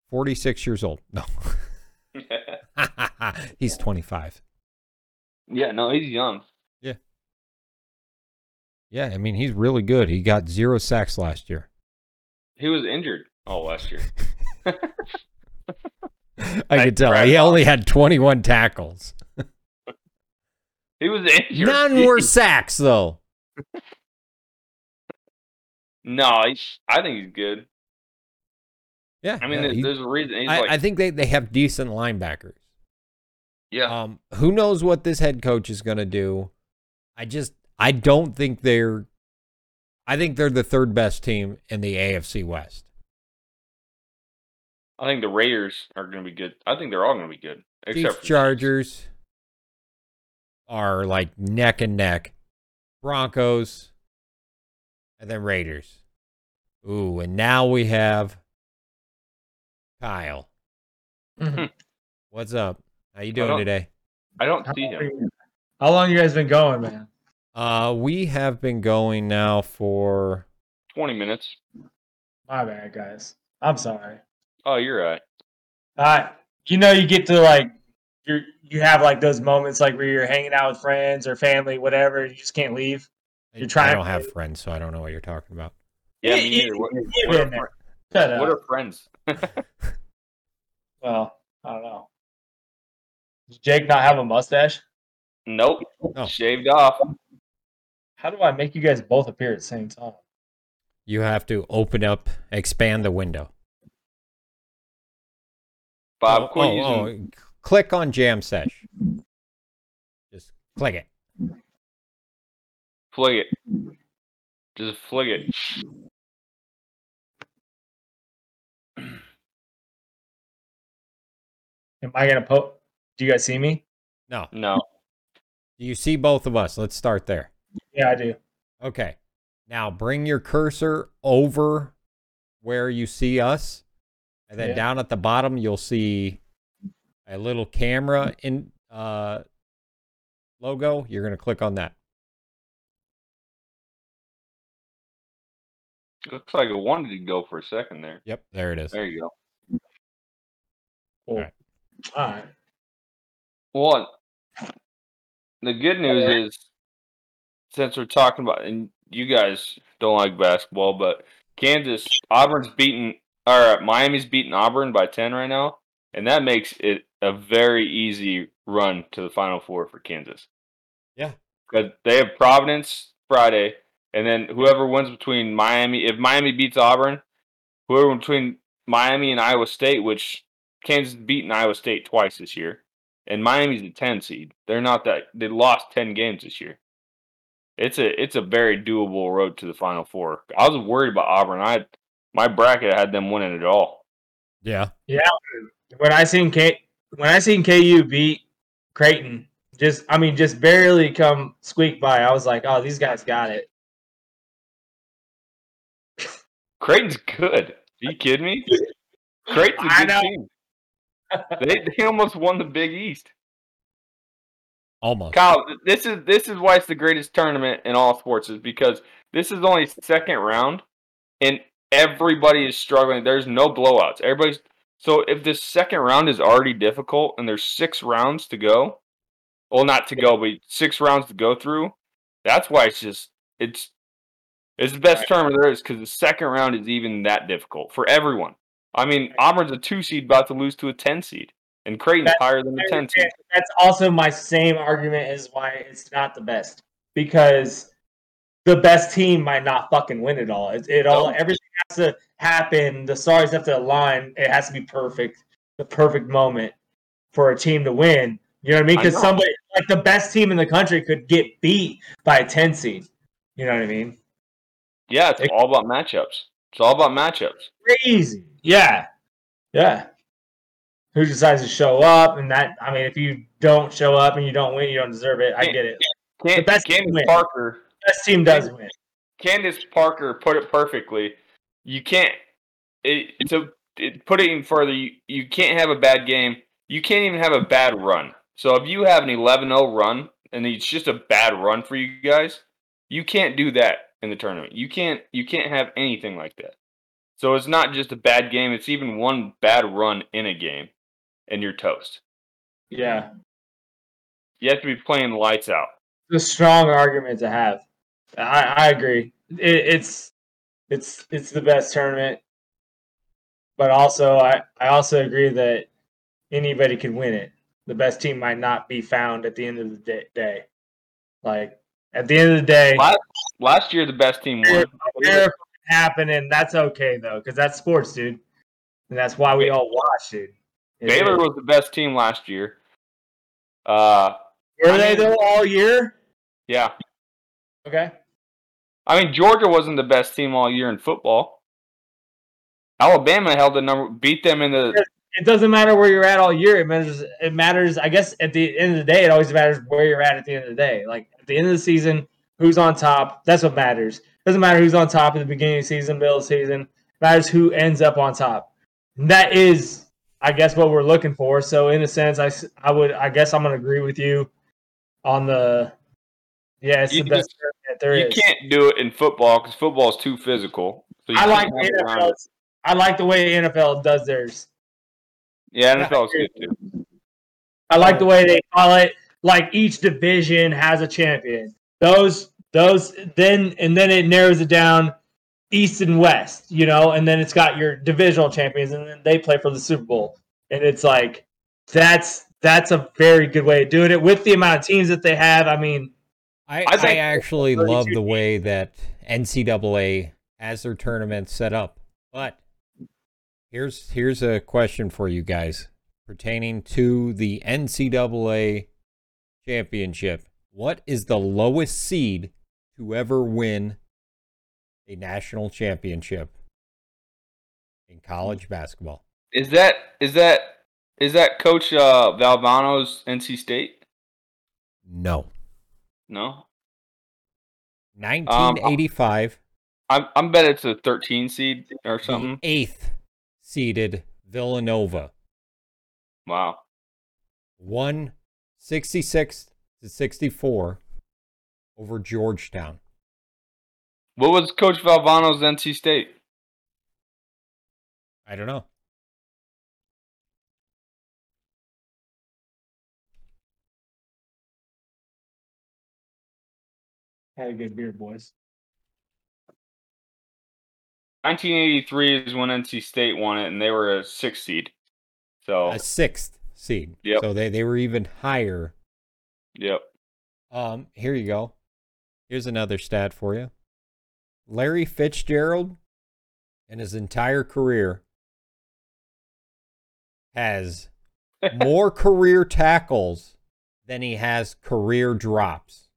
[SPEAKER 1] 46 years old. No, he's 25.
[SPEAKER 2] yeah, no, he's young.
[SPEAKER 1] Yeah, I mean, he's really good. He got zero sacks last year.
[SPEAKER 2] He was injured all last year.
[SPEAKER 1] I could tell. He only had 21 tackles.
[SPEAKER 2] He was injured.
[SPEAKER 1] None were sacks, though.
[SPEAKER 2] No, he's, I think he's good.
[SPEAKER 1] Yeah.
[SPEAKER 2] I mean,
[SPEAKER 1] yeah,
[SPEAKER 2] there's,
[SPEAKER 1] he-
[SPEAKER 2] there's a reason. He's
[SPEAKER 1] I,
[SPEAKER 2] like,
[SPEAKER 1] I think they, they have decent linebackers.
[SPEAKER 2] yeah,
[SPEAKER 1] Um, who knows what this head coach is going to do? I just, I don't think they're, I think they're the third best team in the AFC West.
[SPEAKER 2] I think the Raiders are going to be good. I think they're all going to be good, except
[SPEAKER 1] Chiefs
[SPEAKER 2] for
[SPEAKER 1] Chargers are like neck and neck. Broncos and then Raiders. Ooh, and now we have Kyle.
[SPEAKER 3] Mm-hmm.
[SPEAKER 1] What's up? How you doing
[SPEAKER 2] Hello.
[SPEAKER 1] today?
[SPEAKER 2] I don't
[SPEAKER 3] How
[SPEAKER 2] see
[SPEAKER 3] long,
[SPEAKER 2] him.
[SPEAKER 3] you, how long you guys been going, man?
[SPEAKER 1] Uh we have been going now for
[SPEAKER 2] Twenty minutes.
[SPEAKER 3] My bad, guys. I'm sorry.
[SPEAKER 2] Oh, you're right.
[SPEAKER 3] Uh, you know, you get to like, you you have like those moments like where you're hanging out with friends or family, whatever. You just can't leave.
[SPEAKER 1] I-
[SPEAKER 3] You're trying
[SPEAKER 1] I don't
[SPEAKER 3] to-
[SPEAKER 1] have friends, so I don't know what you're talking about.
[SPEAKER 2] Yeah,
[SPEAKER 3] Yeah,
[SPEAKER 2] me
[SPEAKER 3] yeah,
[SPEAKER 2] neither. What,
[SPEAKER 3] yeah,
[SPEAKER 2] what
[SPEAKER 3] yeah,
[SPEAKER 2] are,
[SPEAKER 3] man.
[SPEAKER 2] fri-
[SPEAKER 3] Shut up.
[SPEAKER 2] what are friends?
[SPEAKER 3] well, I don't know. Does Jake not have a mustache?
[SPEAKER 2] Nope.
[SPEAKER 1] No.
[SPEAKER 2] Shaved off.
[SPEAKER 3] How do I make you guys both appear at the same time?
[SPEAKER 1] You have to open up, expand the window.
[SPEAKER 2] Bob,
[SPEAKER 1] Oh,
[SPEAKER 2] quit
[SPEAKER 1] oh,
[SPEAKER 2] using.
[SPEAKER 1] oh, c- click on jam sesh. Just click it. oh.
[SPEAKER 2] Flick it. Just flick it.
[SPEAKER 3] Am I gonna po Do you guys see me?
[SPEAKER 1] No.
[SPEAKER 2] No.
[SPEAKER 1] Do you see both of us? Let's start there.
[SPEAKER 3] Yeah, I do.
[SPEAKER 1] Okay. Now bring your cursor over where you see us. And then
[SPEAKER 3] Yeah.
[SPEAKER 1] down at the bottom, you'll see a little camera in uh, logo. You're going to click on that.
[SPEAKER 2] Looks like it wanted to go for a second there.
[SPEAKER 1] Yep. There it is.
[SPEAKER 2] There you go.
[SPEAKER 3] Cool.
[SPEAKER 1] All right.
[SPEAKER 3] All right.
[SPEAKER 2] Well, the good news is, since we're talking about, and you guys don't like basketball, but Kansas, Auburn's beaten, or Miami's beaten Auburn by 10 right now, and that makes it a very easy run to the Final Four for Kansas.
[SPEAKER 1] Yeah.
[SPEAKER 2] Because they have Providence Friday, and then whoever wins between Miami, if Miami beats Auburn, whoever between Miami and Iowa State, which Kansas has beaten Iowa State twice this year and Miami's the 10 seed. They're not that they lost 10 games this year. It's a it's a very doable road to the Final Four. I was worried about Auburn. I my bracket had them winning it all.
[SPEAKER 1] Yeah.
[SPEAKER 3] when I seen K when I seen KU beat Creighton, just I mean just barely come squeak by. I was like, oh, these guys got it.
[SPEAKER 2] Creighton's good. Are you kidding me? Creighton's a
[SPEAKER 3] I
[SPEAKER 2] good
[SPEAKER 3] know.
[SPEAKER 2] team. They they almost won the Big East.
[SPEAKER 1] Almost.
[SPEAKER 2] Kyle, th- this is this is why it's the greatest tournament in all sports is because this is only second round, and everybody is struggling. There's no blowouts. Everybody's so if the second round is already difficult and there's six rounds to go, well, not to go, but six rounds to go through. That's why it's just it's it's the best tournament there is because the second round is even that difficult for everyone. I mean, Auburn's a two seed about to lose to a ten seed, and Creighton's
[SPEAKER 3] That's
[SPEAKER 2] higher than the ten seed.
[SPEAKER 3] That's also my same argument is why it's not the best because the best team might not fucking win it all. It, it all
[SPEAKER 2] No.
[SPEAKER 3] everything has to happen. The stars have to align. It has to be perfect, the perfect moment for a team to win. You know what I mean?
[SPEAKER 2] I know.
[SPEAKER 3] Because somebody like the best team in the country could get beat by a ten seed. You know what I mean?
[SPEAKER 2] Yeah, it's
[SPEAKER 3] It-
[SPEAKER 2] all about matchups. It's all about matchups.
[SPEAKER 3] crazy. Yeah. Yeah. Who decides to show up and that I mean if you don't show up and you don't win, you don't deserve it. I get it.
[SPEAKER 2] Can,
[SPEAKER 3] The best
[SPEAKER 2] Candace
[SPEAKER 3] win.
[SPEAKER 2] Parker,
[SPEAKER 3] Best team does win.
[SPEAKER 2] Candace Parker put it perfectly. You can't it, to it, put it even further. You, you can't have a bad game. You can't even have a bad run. So if you have an 11-0 run and it's just a bad run for you guys, you can't do that in the tournament. You can't you can't have anything like that. So it's not just a bad game. It's even one bad run in a game, and you're toast.
[SPEAKER 3] Yeah.
[SPEAKER 2] You have to be playing lights out.
[SPEAKER 3] It's a strong argument to have. I, I agree. It, it's it's it's the best tournament. But also I, I also agree that anybody can win it. The best team might not be found at the end of the day. day. Like at the end of the day,
[SPEAKER 2] Last, last year, the best team won.
[SPEAKER 3] miracle can happen, and that's okay though, because that's sports, dude, and that's why we all watch it. It
[SPEAKER 2] Baylor
[SPEAKER 3] is.
[SPEAKER 2] was the best team last year. Uh,
[SPEAKER 3] were they though all year?
[SPEAKER 2] yeah.
[SPEAKER 3] Okay,
[SPEAKER 2] I mean, Georgia wasn't the best team all year in football. Alabama held the number, beat them in the.
[SPEAKER 3] it doesn't matter where you're at all year. It matters. It matters. I guess at the end of the day, it always matters where you're at at the end of the day. Like at the end of the season, who's on top? That's what matters. Doesn't matter who's on top at the beginning of the season, middle of the season. Matters who ends up on top. And that is, I guess, what we're looking for. So in a sense, I, s- I would I guess I'm gonna agree with you on the. Yeah, it's
[SPEAKER 2] You
[SPEAKER 3] the
[SPEAKER 2] just-
[SPEAKER 3] best tournament there
[SPEAKER 2] You
[SPEAKER 3] is.
[SPEAKER 2] can't do it in football because football is too physical. So you
[SPEAKER 3] I like
[SPEAKER 2] can't have around
[SPEAKER 3] NFL.
[SPEAKER 2] it.
[SPEAKER 3] I like the way NFL does theirs.
[SPEAKER 2] Yeah, NFL is good too.
[SPEAKER 3] I like the way they call it. Like each division has a champion. Those those then and then it narrows it down east and west, you know, and then it's got your divisional champions and then they play for the Super Bowl. And it's like that's that's a very good way of doing it with the amount of teams that they have. I mean,
[SPEAKER 1] I,
[SPEAKER 2] I
[SPEAKER 1] I,
[SPEAKER 2] think-
[SPEAKER 1] actually
[SPEAKER 3] 32
[SPEAKER 1] love the way that NCAA has their tournament set up. But here's here's a question for you guys pertaining to the NCAA championship. What is the lowest seed to ever win a national championship in college basketball?
[SPEAKER 2] Is that is that is that Coach uh, Valvano's NC State?
[SPEAKER 1] No.
[SPEAKER 2] No, Um,
[SPEAKER 1] 1985.
[SPEAKER 2] I'm I'm bet it's a 13 seed or
[SPEAKER 1] the
[SPEAKER 2] something.
[SPEAKER 1] eighth seeded Villanova
[SPEAKER 2] Wow.
[SPEAKER 1] won 66 to 64 over Georgetown.
[SPEAKER 2] What was Coach Valvano's NC State?
[SPEAKER 1] I don't know.
[SPEAKER 3] had a good beer, boys.
[SPEAKER 2] 1983 is when NC State won it, and they were a six seed. So,
[SPEAKER 1] A sixth seed.
[SPEAKER 2] Oh. Yep.
[SPEAKER 1] So they, they were even higher.
[SPEAKER 2] yep.
[SPEAKER 1] Um, here you go. Here's another stat for you. Larry Fitzgerald in his entire career has more career tackles than he has career drops.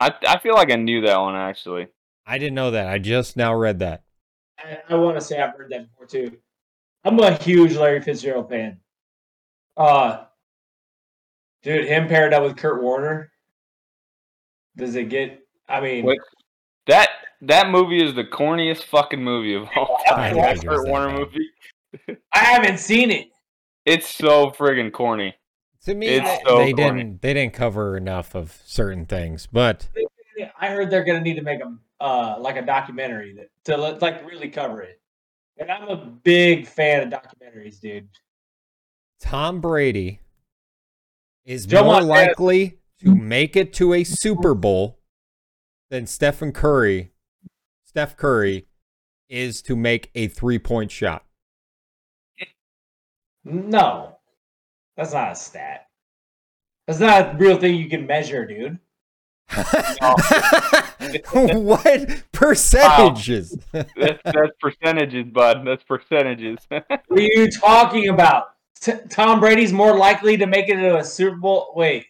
[SPEAKER 2] I I feel like I knew that one actually.
[SPEAKER 1] I didn't know that. I just now read that.
[SPEAKER 3] I, I want to say I've heard that before too. I'm a huge Larry Fitzgerald fan. Uh dude, him paired up with Kurt Warner. Does it get? I mean,
[SPEAKER 2] Wait. That that movie is the corniest fucking movie of all time.
[SPEAKER 1] I
[SPEAKER 2] That
[SPEAKER 1] think I
[SPEAKER 2] Kurt
[SPEAKER 1] was
[SPEAKER 2] Warner
[SPEAKER 1] that bad.
[SPEAKER 2] movie.
[SPEAKER 3] I haven't seen it.
[SPEAKER 2] It's so friggin' corny.
[SPEAKER 1] To me,
[SPEAKER 2] It's
[SPEAKER 1] they,
[SPEAKER 2] so
[SPEAKER 1] they
[SPEAKER 2] corny.
[SPEAKER 1] didn't they didn't cover enough of certain things, but
[SPEAKER 3] I heard they're gonna need to make a uh, like a documentary that, to let- like really cover it. And I'm a big fan of documentaries, dude.
[SPEAKER 1] Tom Brady is
[SPEAKER 3] Joe
[SPEAKER 1] more
[SPEAKER 3] Montana.
[SPEAKER 1] likely to make it to a Super Bowl than Stephen Curry. Steph Curry is to make a three-point shot.
[SPEAKER 3] No, that's not a stat. That's not a real thing you can measure, dude.
[SPEAKER 1] what percentages?
[SPEAKER 2] That's that's percentages, bud. That's percentages.
[SPEAKER 3] What are you talking about? T- Tom Brady's more likely to make it to a Super Bowl. Wait,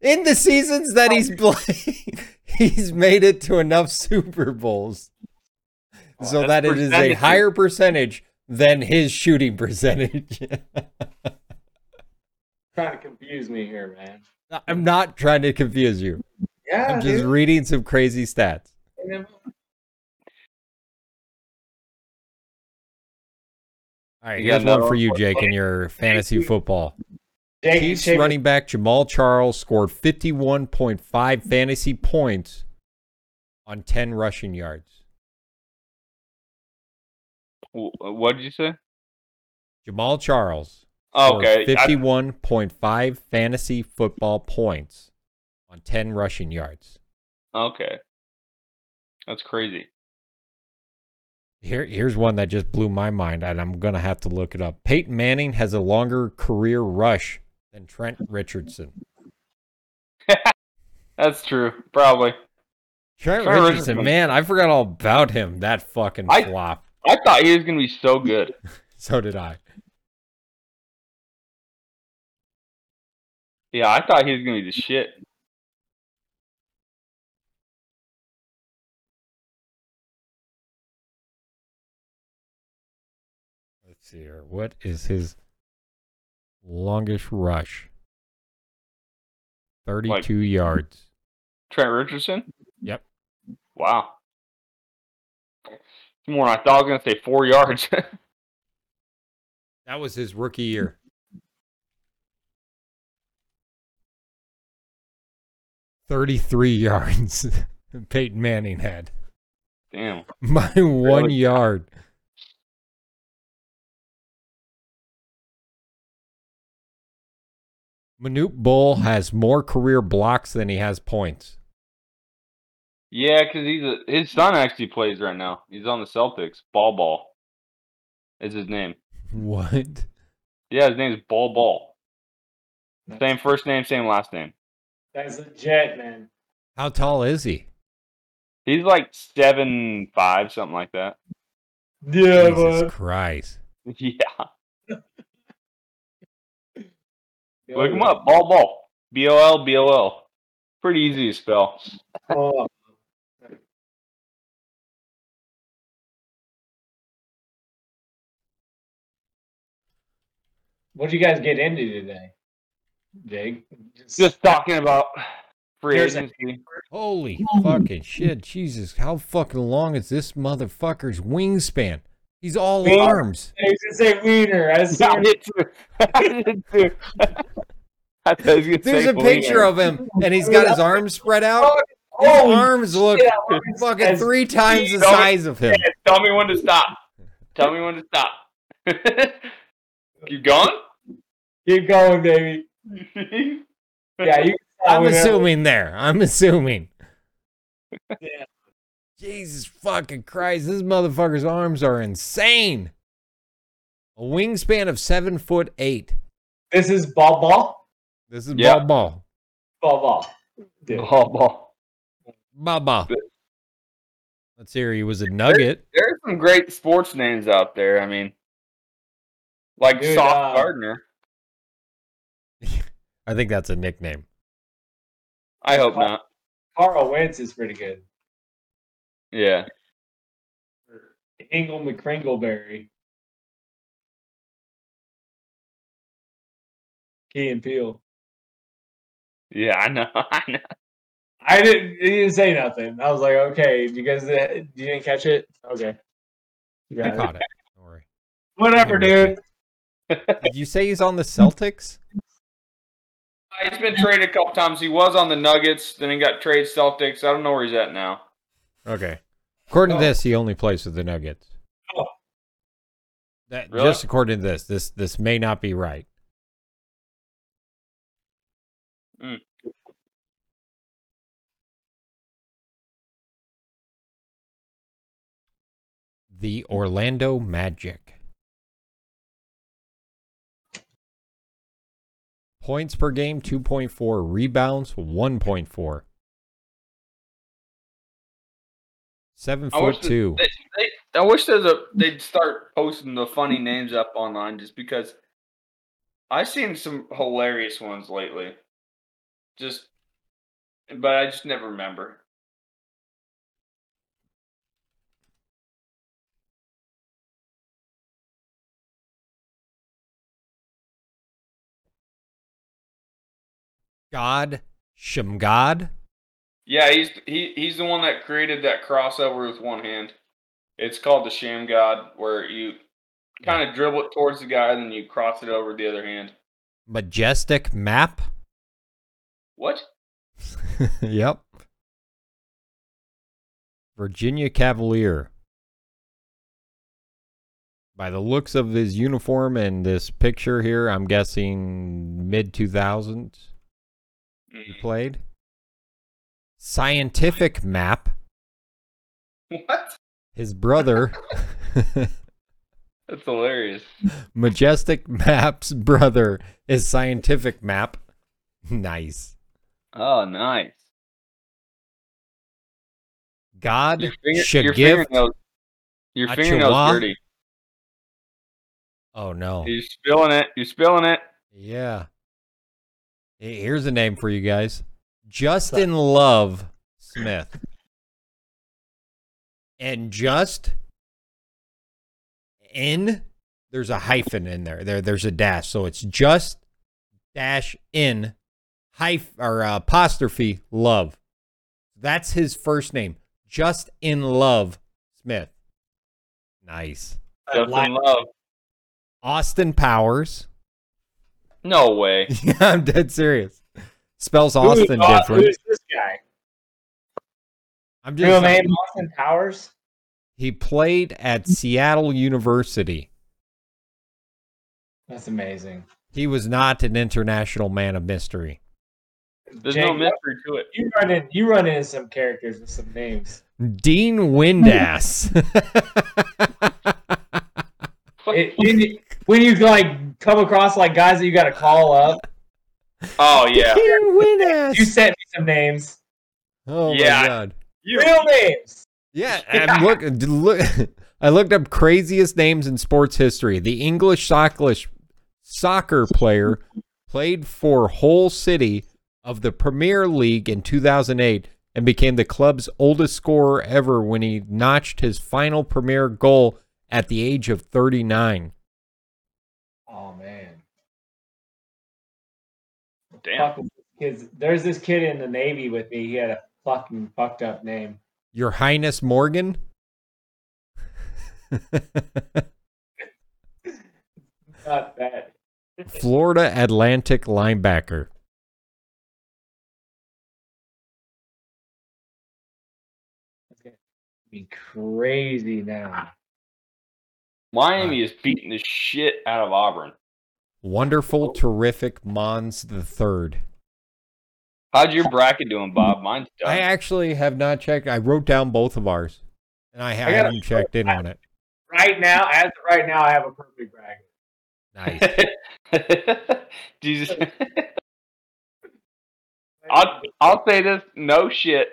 [SPEAKER 1] In the seasons that he's played, he's made it to enough Super Bowls. So that
[SPEAKER 2] Oh,
[SPEAKER 1] it
[SPEAKER 2] That's
[SPEAKER 1] is a
[SPEAKER 2] percentages.
[SPEAKER 1] higher percentage than his shooting percentage.
[SPEAKER 3] trying to confuse me here, man.
[SPEAKER 1] I'm not trying to confuse you.
[SPEAKER 3] Yeah,
[SPEAKER 1] I'm just
[SPEAKER 3] dude.
[SPEAKER 1] reading some crazy stats. All right,
[SPEAKER 2] You got
[SPEAKER 1] here's one
[SPEAKER 2] another
[SPEAKER 1] for
[SPEAKER 2] one
[SPEAKER 1] you,
[SPEAKER 2] for us,
[SPEAKER 1] Jake, in
[SPEAKER 2] buddy?
[SPEAKER 1] your fantasy football.
[SPEAKER 3] Jake,
[SPEAKER 1] Chiefs
[SPEAKER 3] Jake-
[SPEAKER 1] running back Jamal Charles scored 51.5 fantasy points on 10 rushing yards.
[SPEAKER 2] what did you say?
[SPEAKER 1] Jamal Charles scored
[SPEAKER 2] Oh, Okay, I-
[SPEAKER 1] 51.5 fantasy football points on 10 rushing yards.
[SPEAKER 2] okay. That's crazy.
[SPEAKER 1] Here, here's one that just blew my mind, and I'm gonna have to look it up. Peyton Manning has a longer career rush than Trent Richardson.
[SPEAKER 2] That's true. Probably.
[SPEAKER 1] Trent
[SPEAKER 2] Trent
[SPEAKER 1] Richardson,
[SPEAKER 2] Richardson.
[SPEAKER 1] man, I forgot all about him. That fucking
[SPEAKER 2] I-
[SPEAKER 1] flop.
[SPEAKER 2] I thought he was gonna be so good.
[SPEAKER 1] So did I.
[SPEAKER 2] Yeah, I thought he was gonna be the shit.
[SPEAKER 1] Let's see here. What is his longest rush? 32 yards.
[SPEAKER 2] Trent Richardson.
[SPEAKER 1] Yep.
[SPEAKER 2] Wow. It's more than I thought I was gonna say four yards.
[SPEAKER 1] That was his rookie year. Thirty-three yards Peyton Manning had.
[SPEAKER 2] Damn.
[SPEAKER 1] My one
[SPEAKER 2] Really?
[SPEAKER 1] yard. Manute Bull has more career blocks than he has points.
[SPEAKER 2] Yeah, because he's a, his son actually plays right now. He's on the Celtics. Ball Ball is his name.
[SPEAKER 1] What?
[SPEAKER 2] Yeah, his name is Ball Ball. Same first name, same last name.
[SPEAKER 3] That's legit, man.
[SPEAKER 1] How tall is he?
[SPEAKER 2] He's like seven five, something like that.
[SPEAKER 3] Yeah,
[SPEAKER 1] Jesus
[SPEAKER 3] bud.
[SPEAKER 1] Christ.
[SPEAKER 2] Yeah, look him up. Ball Ball. B O L B O L. Pretty easy to spell.
[SPEAKER 3] Oh, What'd you guys get into today, Jake?
[SPEAKER 2] Just talking about free
[SPEAKER 3] Here's a-
[SPEAKER 2] agency.
[SPEAKER 1] Holy fucking shit. Jesus. How fucking long is this motherfucker's wingspan? He's all
[SPEAKER 3] Wiener.
[SPEAKER 1] arms.
[SPEAKER 3] I was gonna say wiener. I was
[SPEAKER 2] Yeah, I did too. I did too. I thought he was gonna
[SPEAKER 1] There's
[SPEAKER 2] say
[SPEAKER 1] a picture
[SPEAKER 2] Foligno.
[SPEAKER 1] of him, and he's got his arms spread out. His
[SPEAKER 3] Oh, Holy
[SPEAKER 1] arms look
[SPEAKER 3] shit, I was-
[SPEAKER 1] fucking
[SPEAKER 3] as-
[SPEAKER 1] three times the
[SPEAKER 2] Don't-
[SPEAKER 1] size of him.
[SPEAKER 2] Yeah, tell me when to stop. Tell me when to stop. Keep going.
[SPEAKER 3] Keep going, baby. Yeah, you.
[SPEAKER 1] I'm assuming there. I'm assuming.
[SPEAKER 3] Yeah.
[SPEAKER 1] Jesus fucking Christ. This motherfucker's arms are insane. A wingspan of seven foot eight.
[SPEAKER 3] This is ball ball,
[SPEAKER 1] This is
[SPEAKER 2] Yeah.
[SPEAKER 1] Bob Ball.
[SPEAKER 3] ball ball. Dude.
[SPEAKER 2] Ball, ball.
[SPEAKER 1] Bob Ball. Let's hear he was a nugget.
[SPEAKER 2] There are some great sports names out there. I mean, like
[SPEAKER 3] Dude,
[SPEAKER 2] Soft
[SPEAKER 3] uh,
[SPEAKER 2] Gardner.
[SPEAKER 1] I think that's a nickname.
[SPEAKER 2] I hope not.
[SPEAKER 3] Carl Wentz is pretty good.
[SPEAKER 2] Yeah.
[SPEAKER 3] Ingle McCringleberry. Key and Peel.
[SPEAKER 2] Yeah, I know. I know.
[SPEAKER 3] I didn't. He didn't say nothing. I was like, okay, you guys, you didn't catch it. Okay. You
[SPEAKER 1] I
[SPEAKER 3] got it.
[SPEAKER 1] caught it. Don't worry.
[SPEAKER 3] Whatever, dude.
[SPEAKER 1] Did you say he's on the Celtics?
[SPEAKER 2] He's been traded a couple times. He was on the Nuggets, then he got traded Celtics. I don't know where he's at now.
[SPEAKER 1] Okay. According
[SPEAKER 3] Oh.
[SPEAKER 1] to this, he only plays with the Nuggets.
[SPEAKER 3] Oh.
[SPEAKER 1] That,
[SPEAKER 2] Really?
[SPEAKER 1] Just according to this, this this may not be right. Mm. The Orlando Magic. Points per game 2.4, rebounds 1.4. 7
[SPEAKER 2] I wish
[SPEAKER 1] foot 2.
[SPEAKER 2] They, they, I wish there's a they'd start posting the funny names up online just because I've seen some hilarious ones lately. Just, but I just never remember.
[SPEAKER 1] God, Shemgod.
[SPEAKER 2] Yeah, he's he he's the one that created that crossover with one hand. It's called the Sham God, where you kind of dribble it towards the guy and then you cross it over with the other hand.
[SPEAKER 1] Majestic Map.
[SPEAKER 2] What?
[SPEAKER 1] yep. Virginia Cavalier. By the looks of his uniform and this picture here, I'm guessing mid 2000s he
[SPEAKER 2] Mm.
[SPEAKER 1] played. Scientific Map.
[SPEAKER 2] What?
[SPEAKER 1] His brother,
[SPEAKER 2] That's hilarious.
[SPEAKER 1] Majestic Map's brother, is Scientific Map. Nice.
[SPEAKER 2] Oh, nice.
[SPEAKER 1] God
[SPEAKER 2] Your, finger, your
[SPEAKER 1] should give.
[SPEAKER 2] fingernails. Your fingernails
[SPEAKER 1] Achiwa.
[SPEAKER 2] dirty.
[SPEAKER 1] Oh no.
[SPEAKER 2] You're spilling it. You're spilling it.
[SPEAKER 1] Yeah. Hey, Here's a name for you guys Justin Love Smith. And just in, there's a hyphen in there. There, There's a dash. So it's just dash in hyph or uh, apostrophe love. That's his first name. Just in love Smith. Nice.
[SPEAKER 2] Justin Love.
[SPEAKER 1] Austin Powers.
[SPEAKER 2] No way.
[SPEAKER 1] Yeah, I'm dead serious. Spells
[SPEAKER 3] Who is-
[SPEAKER 1] Austin
[SPEAKER 3] uh,
[SPEAKER 1] different.
[SPEAKER 3] Who's this guy?
[SPEAKER 1] I'm
[SPEAKER 3] Real
[SPEAKER 1] just
[SPEAKER 3] name Austin Powers.
[SPEAKER 1] he played at Seattle University.
[SPEAKER 3] That's amazing.
[SPEAKER 1] He was not an international man of mystery.
[SPEAKER 2] There's
[SPEAKER 3] Jake,
[SPEAKER 2] no mystery to it.
[SPEAKER 3] You run in. You run into some characters with some names.
[SPEAKER 1] Dean Windass.
[SPEAKER 3] It- when, you, when you like come across like guys that you got to call up,
[SPEAKER 2] Oh yeah.
[SPEAKER 1] Dean
[SPEAKER 3] you
[SPEAKER 1] Windass.
[SPEAKER 3] sent me some names.
[SPEAKER 1] Oh
[SPEAKER 2] Yeah.
[SPEAKER 1] my god.
[SPEAKER 3] Real names.
[SPEAKER 1] Yeah, I'm look, d- look I looked up craziest names in sports history. The English soccer soccer player played for Hull City of the Premier League in 2008 and became the club's oldest scorer ever when he notched his final premier goal at the age of 39.
[SPEAKER 3] Oh man.
[SPEAKER 2] Damn.
[SPEAKER 3] Fucking kids. There's this kid in the Navy with me. He had a fucking fucked up name.
[SPEAKER 1] Your Highness Morgan?
[SPEAKER 3] Not that.
[SPEAKER 1] Florida Atlantic linebacker.
[SPEAKER 3] It's gonna be crazy now.
[SPEAKER 2] Miami is beating the shit out of Auburn.
[SPEAKER 1] Wonderful, terrific Mons the third.
[SPEAKER 2] How'd your bracket doing, Bob? Mine's done.
[SPEAKER 1] I actually have not checked. I wrote down both of ours, and I, ha-
[SPEAKER 3] I gotta-
[SPEAKER 1] haven't checked in on it.
[SPEAKER 3] Right now, as of right now, I have a perfect bracket.
[SPEAKER 1] Nice.
[SPEAKER 2] Jesus. I'll I'll say this, no shit.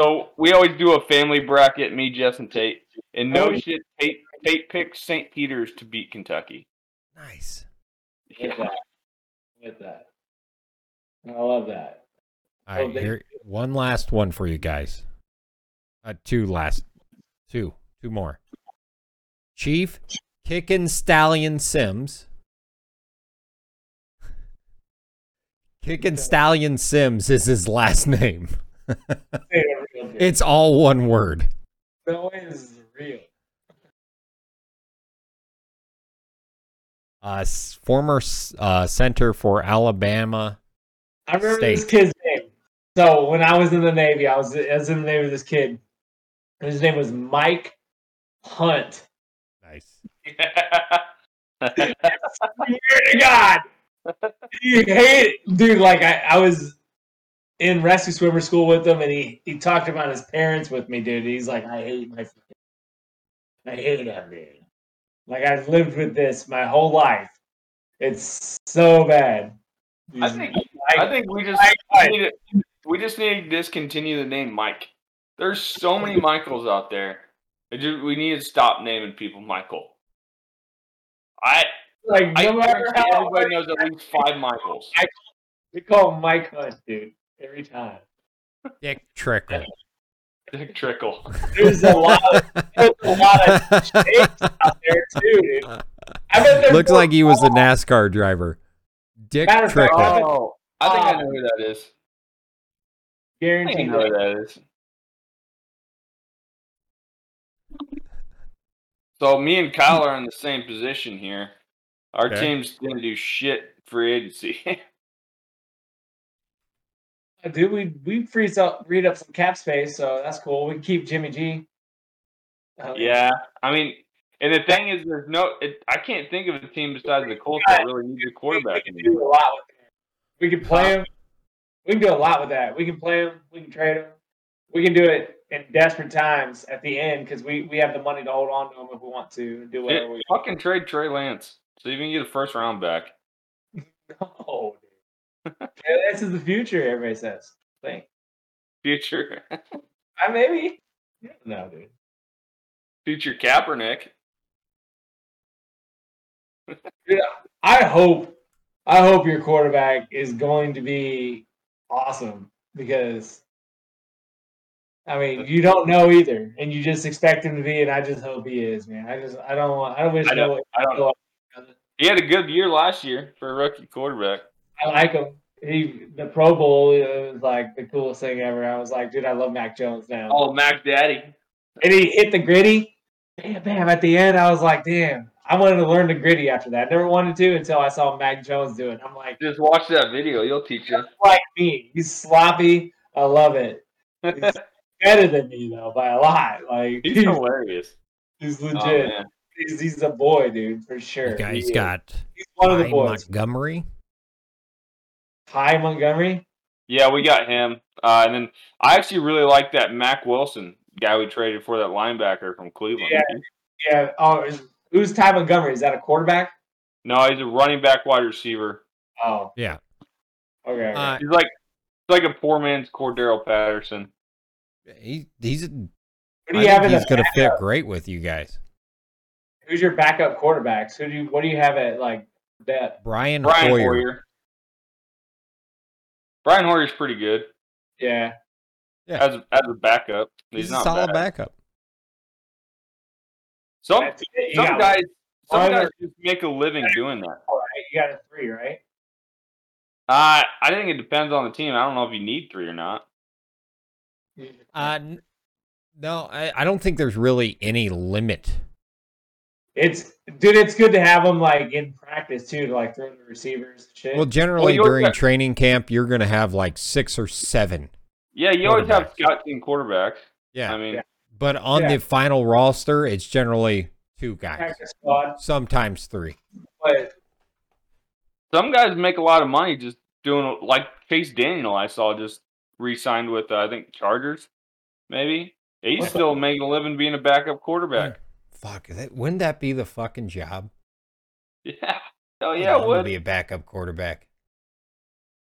[SPEAKER 2] So we always do a family bracket, me, Jess, and Tate. And no shit, Tate Tate picks St. Peter's to beat Kentucky.
[SPEAKER 1] nice.
[SPEAKER 3] with that. With that. I love that.
[SPEAKER 1] All right,
[SPEAKER 3] Oh, they-
[SPEAKER 1] here, one last one for you guys. Uh, two last, two, two more. Chief Kickin' Stallion Sims. Kickin' Stallion Sims is his last name. It's all one word.
[SPEAKER 3] no way this is real.
[SPEAKER 1] Uh, s- former s- uh, center for Alabama.
[SPEAKER 3] I remember this
[SPEAKER 1] State.
[SPEAKER 3] kid's name. So when I was in the Navy, I was, I was in the Navy with this kid. And his name was Mike Hunt.
[SPEAKER 1] Nice.
[SPEAKER 3] Swear to God, he hated dude. Like I, I was in rescue swimmer school with him, and he he talked about his parents with me, dude. He's like, I hate my, I hate him, dude. Like I've lived with this my whole life. It's so bad.
[SPEAKER 2] I think I
[SPEAKER 3] Mike-
[SPEAKER 2] think we just
[SPEAKER 3] Mike Hunt.
[SPEAKER 2] need to, we just need to discontinue the name Mike. There's so many Michaels out there. I ju- we need to stop naming people Michael. I
[SPEAKER 3] like
[SPEAKER 2] I
[SPEAKER 3] no matter
[SPEAKER 2] guarantee
[SPEAKER 3] how
[SPEAKER 2] everybody knows at least five Michaels.
[SPEAKER 3] we call him Mike Hunt, dude, every time.
[SPEAKER 1] Dick Trickle.
[SPEAKER 2] Dick Trickle.
[SPEAKER 3] There's a lot, of, there's a lot of shakes out there too, dude. I bet there's
[SPEAKER 1] Looks
[SPEAKER 3] more-
[SPEAKER 1] like he was a NASCAR driver. Dick
[SPEAKER 3] Matter of fact,
[SPEAKER 1] Trickle.
[SPEAKER 3] I bet-
[SPEAKER 2] Oh, I think I know who that is. I think I
[SPEAKER 3] guaranteed.
[SPEAKER 2] know who that is. So me and Kyle are in the same position here. Our
[SPEAKER 1] Okay.
[SPEAKER 2] team's gonna do shit free agency.
[SPEAKER 3] Dude, we we freeze up, read up some cap space, so that's cool. We can keep Jimmy G. Uh,
[SPEAKER 2] Yeah, I mean, and the thing is, there's no. It, I can't think of a team besides the Colts that really needs a
[SPEAKER 3] we, we
[SPEAKER 2] quarterback.
[SPEAKER 3] can do a lot with that. We can play him. We can do a lot with that. We can play him. We can trade him. We can do it in desperate times at the end because we we have the money to hold on to him if we want to and do whatever
[SPEAKER 2] Yeah,
[SPEAKER 3] we want.
[SPEAKER 2] fucking trade Trey Lance. So you can get a first round back.
[SPEAKER 3] No, dude. Yeah, this is the future. Everybody says. Think.
[SPEAKER 2] Future,
[SPEAKER 3] I maybe. Yeah, No, dude.
[SPEAKER 2] future Kaepernick.
[SPEAKER 3] I hope I hope your quarterback is going to be awesome because I mean you don't know either, and you just expect him to be, and I just hope he is, man. I just I don't want I don't wish
[SPEAKER 2] I
[SPEAKER 3] no.
[SPEAKER 2] I don't know. He had a good year last year for a rookie quarterback.
[SPEAKER 3] I like him. He the Pro Bowl it was like the coolest thing ever. I was like, dude, I love Mac Jones now.
[SPEAKER 2] Oh, Mac Daddy.
[SPEAKER 3] And he hit the gritty. Bam, bam. At the end, I was like, damn. I wanted to learn the gritty after that. Never wanted to until I saw Mac Jones do it. I'm like,
[SPEAKER 2] Just watch that video. You'll teach you.
[SPEAKER 3] like me. He's sloppy. I love it. He's better than me though by a lot. Like
[SPEAKER 2] He's
[SPEAKER 3] he's,
[SPEAKER 2] hilarious.
[SPEAKER 3] he's
[SPEAKER 2] Oh,
[SPEAKER 3] legit.
[SPEAKER 2] man.
[SPEAKER 3] he's, he's a boy, dude, for sure.
[SPEAKER 1] He's got,
[SPEAKER 3] He
[SPEAKER 1] he's
[SPEAKER 3] is.
[SPEAKER 1] got
[SPEAKER 3] he's one of the
[SPEAKER 1] Ty
[SPEAKER 3] boys.
[SPEAKER 1] Montgomery.
[SPEAKER 3] Ty Montgomery.
[SPEAKER 2] Yeah, we got him. Uh, and then I actually really like that Mac Wilson guy we traded for that linebacker from Cleveland.
[SPEAKER 3] Yeah. Yeah. Oh, is- who's Ty Montgomery? Is that a quarterback?
[SPEAKER 2] No, he's a running back wide receiver.
[SPEAKER 3] Oh,
[SPEAKER 1] Yeah.
[SPEAKER 3] okay. okay.
[SPEAKER 1] Uh,
[SPEAKER 2] He's like he's like a poor man's Cordero Patterson.
[SPEAKER 1] he, he's a
[SPEAKER 3] Who do you
[SPEAKER 1] I
[SPEAKER 3] have
[SPEAKER 1] think
[SPEAKER 3] in
[SPEAKER 1] he's
[SPEAKER 3] the,
[SPEAKER 1] going to fit great with you guys.
[SPEAKER 3] Who's your backup quarterbacks? Who do you? What do you have at like that?
[SPEAKER 1] Brian,
[SPEAKER 2] Brian
[SPEAKER 1] Hoyer.
[SPEAKER 2] Hoyer. Brian Hoyer's pretty good
[SPEAKER 3] Yeah.
[SPEAKER 1] Yeah.
[SPEAKER 2] as as a backup. He's,
[SPEAKER 1] He's, a
[SPEAKER 2] not
[SPEAKER 1] solid
[SPEAKER 2] bad.
[SPEAKER 1] backup.
[SPEAKER 2] Some
[SPEAKER 3] That's it. You
[SPEAKER 2] some
[SPEAKER 3] got
[SPEAKER 2] guys some
[SPEAKER 3] Hoyer-
[SPEAKER 2] guys just make a living doing that.
[SPEAKER 3] one, right? You got a three, right?
[SPEAKER 2] Uh, I think it depends on the team. I don't know if you need three or not.
[SPEAKER 1] Uh, n- no, I, I don't think there's really any limit.
[SPEAKER 3] It's dude. It's good to have them like in practice too, to like throw the receivers. and Shit.
[SPEAKER 1] Well, generally
[SPEAKER 2] you're
[SPEAKER 1] during
[SPEAKER 2] gonna-
[SPEAKER 1] training camp, you're going to have like six or seven.
[SPEAKER 2] Yeah, you always have
[SPEAKER 1] Quarterbacks.
[SPEAKER 2] scout team quarterback.
[SPEAKER 1] Yeah.
[SPEAKER 2] I mean,
[SPEAKER 3] Yeah.
[SPEAKER 1] but on
[SPEAKER 3] yeah.
[SPEAKER 1] the final roster, it's generally two guys,
[SPEAKER 3] practice squad,
[SPEAKER 1] sometimes three.
[SPEAKER 3] but
[SPEAKER 2] some guys make a lot of money just doing like Chase Daniel. I saw just re-signed with uh, I think Chargers, maybe. He's
[SPEAKER 3] What's
[SPEAKER 2] still making a living being a backup quarterback.
[SPEAKER 1] Fuck, that, wouldn't that be the fucking job?
[SPEAKER 2] Yeah. Oh
[SPEAKER 1] I'd
[SPEAKER 2] yeah,
[SPEAKER 1] love to
[SPEAKER 2] would
[SPEAKER 1] be a backup quarterback.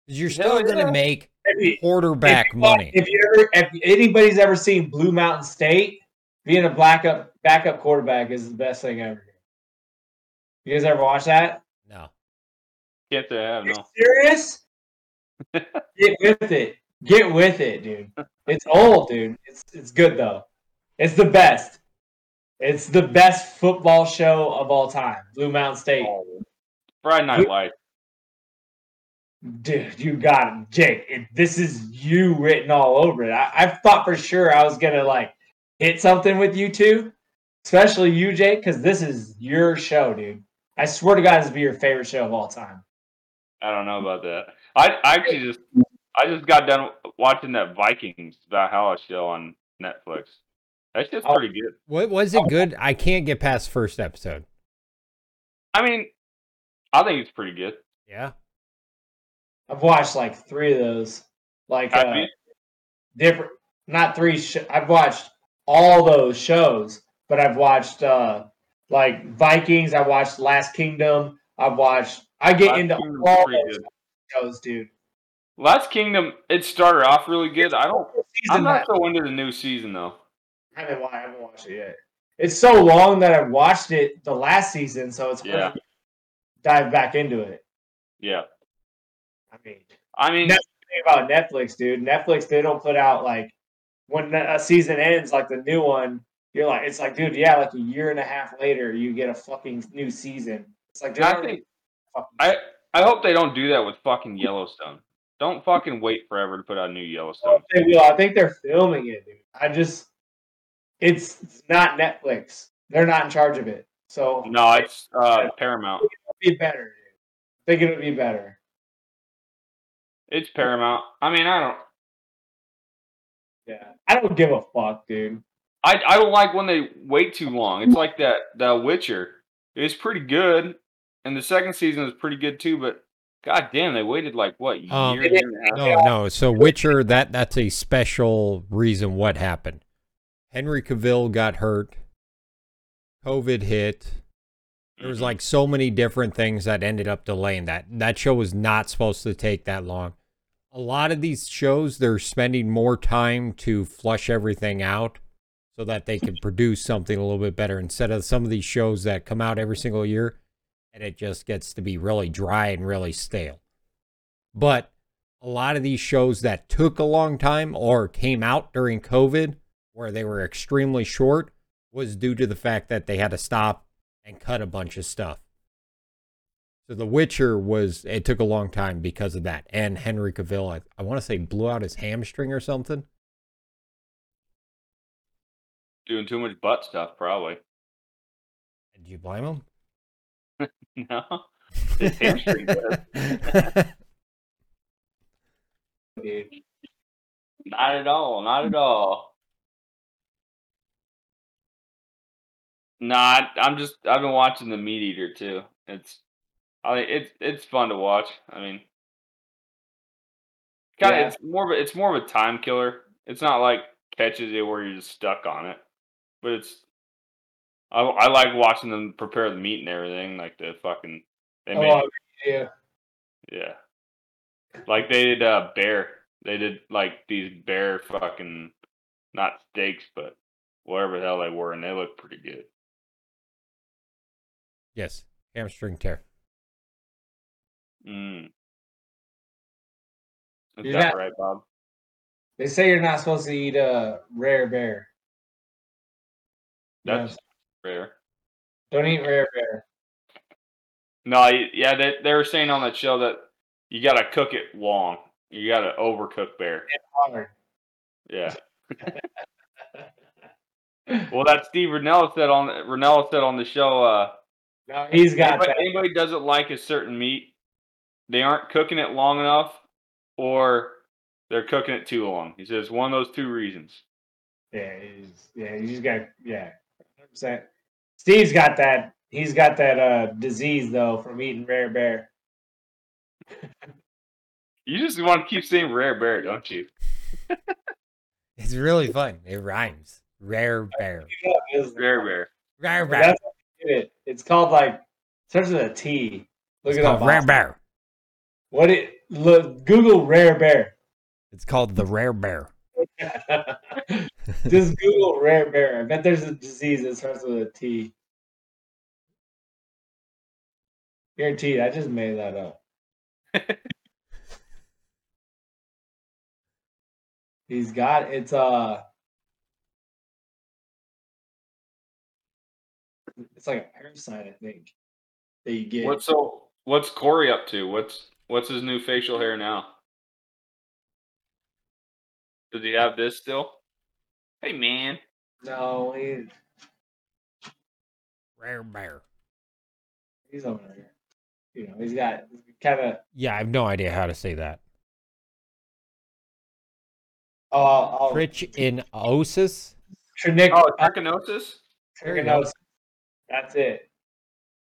[SPEAKER 1] 'Cause You're
[SPEAKER 2] Hell
[SPEAKER 1] still going
[SPEAKER 2] yeah.
[SPEAKER 1] to make
[SPEAKER 3] if,
[SPEAKER 1] quarterback
[SPEAKER 3] if you-
[SPEAKER 1] money.
[SPEAKER 3] If you ever, if anybody's ever seen Blue Mountain State, being a backup backup quarterback is the best thing ever. You guys ever watch that?
[SPEAKER 1] no.
[SPEAKER 2] Can't they have no?
[SPEAKER 3] Serious? Get with it. Get with it, dude. It's old, dude. It's it's good though. It's the best. It's the best football show of all time. Blue Mountain State.
[SPEAKER 2] Friday Night Lights.
[SPEAKER 3] Dude, you got it, Jake. It, this is you written all over it. I, I thought for sure I was gonna like hit something with you two, especially you, Jake, because this is your show, dude. I swear to God, this will be your favorite show of all time.
[SPEAKER 2] I don't know about that. I, I actually just I just got done watching that Vikings Valhalla show on Netflix. That shit's
[SPEAKER 3] Oh.
[SPEAKER 2] pretty good.
[SPEAKER 1] What was it good? I can't get past first episode.
[SPEAKER 2] I mean, I think it's pretty good.
[SPEAKER 1] Yeah.
[SPEAKER 3] I've watched like three of those, like
[SPEAKER 2] Have
[SPEAKER 3] uh,
[SPEAKER 2] you?
[SPEAKER 3] different, not three. Sh- I've watched all those shows, but I've watched uh like Vikings. I watched Last Kingdom. I've watched. I get
[SPEAKER 2] Last
[SPEAKER 3] into
[SPEAKER 2] Kingdom's
[SPEAKER 3] all
[SPEAKER 2] pretty
[SPEAKER 3] those
[SPEAKER 2] good.
[SPEAKER 3] shows, dude.
[SPEAKER 2] Last Kingdom, it started off really good. I don't. I'm
[SPEAKER 3] Season
[SPEAKER 2] not so into the new season though.
[SPEAKER 3] I haven't, wa- I haven't watched it yet. It's so long that I watched it the last season, so it's hard
[SPEAKER 2] Yeah.
[SPEAKER 3] to dive back into it.
[SPEAKER 2] Yeah,
[SPEAKER 3] I mean,
[SPEAKER 2] I mean,
[SPEAKER 3] No. thing about Netflix, dude. Netflix, they don't put out like when a season ends, like the new one. You're like, it's like, dude, yeah, like a year and a half later, you get a fucking new season. It's like, dude,
[SPEAKER 2] I
[SPEAKER 3] don't
[SPEAKER 2] think
[SPEAKER 3] fucking-
[SPEAKER 2] I I hope they don't do that with fucking Yellowstone. Don't fucking wait forever to put out new
[SPEAKER 3] I
[SPEAKER 2] Yellowstone.
[SPEAKER 3] don't think they will. I think they're filming it, dude. I just, it's, it's not Netflix. They're not in charge of it, so it'll
[SPEAKER 2] No, it's uh, Paramount.
[SPEAKER 3] be better. Dude. I think it'll be better.
[SPEAKER 2] It's Paramount. I mean, I don't.
[SPEAKER 3] Yeah, I don't give a fuck, dude.
[SPEAKER 2] I I don't like when they wait too long. It's like that that Witcher. It was pretty good, and the second season was pretty good too. But god damn, they waited like what year?
[SPEAKER 1] Um,
[SPEAKER 2] year and a half?
[SPEAKER 1] No, no. So Witcher, that that's a special reason what happened. Henry Cavill got hurt. COVID hit. There
[SPEAKER 2] Mm-hmm.
[SPEAKER 1] was like so many different things that ended up delaying that. That show was not supposed to take that long. A lot of these shows, they're spending more time to flush everything out so that they can produce something a little bit better instead of some of these shows that come out every single year and it just gets to be really dry and really stale. But a lot of these shows that took a long time or came out during COVID, where they were extremely short, was due to the fact that they had to stop and cut a bunch of stuff. So The Witcher was, it took a long time because of that. And Henry Cavill, I, I want to say, blew out his hamstring or something.
[SPEAKER 2] doing too much butt stuff, probably.
[SPEAKER 1] Did you blame him?
[SPEAKER 2] No, His hamstring does.
[SPEAKER 3] Dude,
[SPEAKER 2] not at all, not at all. Nah, I- I'm just I've been watching the Meat Eater too. It's I it's it's fun to watch. I mean, kind of
[SPEAKER 3] Yeah.
[SPEAKER 2] it's more of a, it's more of a time killer. It's not like catches it where you're just stuck on it, but it's I I like watching them prepare the meat and everything like the fucking they
[SPEAKER 3] oh,
[SPEAKER 2] made
[SPEAKER 3] yeah.
[SPEAKER 2] yeah. Like they did uh bear. They did like these bear fucking not steaks, but whatever the hell they were, and they looked pretty good.
[SPEAKER 1] yes, hamstring tear.
[SPEAKER 2] Mm. Is
[SPEAKER 3] You're
[SPEAKER 2] that
[SPEAKER 3] not-
[SPEAKER 2] right, Bob?
[SPEAKER 3] They say you're not supposed to eat uh, rare bear. You know,
[SPEAKER 2] That's rare.
[SPEAKER 3] Don't eat rare bear.
[SPEAKER 2] No, I- yeah, they they were saying on that show that you gotta cook it long. You gotta overcook bear.
[SPEAKER 3] Hard.
[SPEAKER 2] Yeah. Well, that Steve Renella said on Renella said on the show. uh
[SPEAKER 3] No, he's got
[SPEAKER 2] anybody,
[SPEAKER 3] that.
[SPEAKER 2] anybody doesn't like a certain meat, they aren't cooking it long enough, or they're cooking it too long. He says one of those two reasons.
[SPEAKER 3] Yeah, he's, yeah, he's got yeah. 100%. Steve's got that. He's got that uh, disease though from eating rare bear.
[SPEAKER 2] You just want to keep saying rare bear, don't you?
[SPEAKER 1] It's really fun. It rhymes. Rare bear.
[SPEAKER 3] Yeah, it is.
[SPEAKER 2] Rare bear.
[SPEAKER 1] Rare
[SPEAKER 3] But
[SPEAKER 1] bear.
[SPEAKER 3] That's how you get it. It's called like starts with a T. Look
[SPEAKER 1] It's
[SPEAKER 3] it up.
[SPEAKER 1] called rare
[SPEAKER 3] Austin.
[SPEAKER 1] bear.
[SPEAKER 3] What it look Google rare bear.
[SPEAKER 1] It's called the rare bear.
[SPEAKER 3] Just Google rare bear. I bet there's a disease that starts with a T. Guaranteed. I just made that up. He's got it's uh it's like a parasite, I think. That you get
[SPEAKER 2] What's so? What's Corey up to? What's what's his new facial hair now? Does he have this still? Hey man,
[SPEAKER 3] no he,
[SPEAKER 1] Rare bear.
[SPEAKER 3] he's over there. You know, he's got kinda
[SPEAKER 1] Yeah, I have no idea how to say that.
[SPEAKER 3] uh oh
[SPEAKER 1] Trichinosis?
[SPEAKER 3] Trinic-
[SPEAKER 2] oh trichinosis.
[SPEAKER 1] There you go.
[SPEAKER 3] trichinosis. That's it.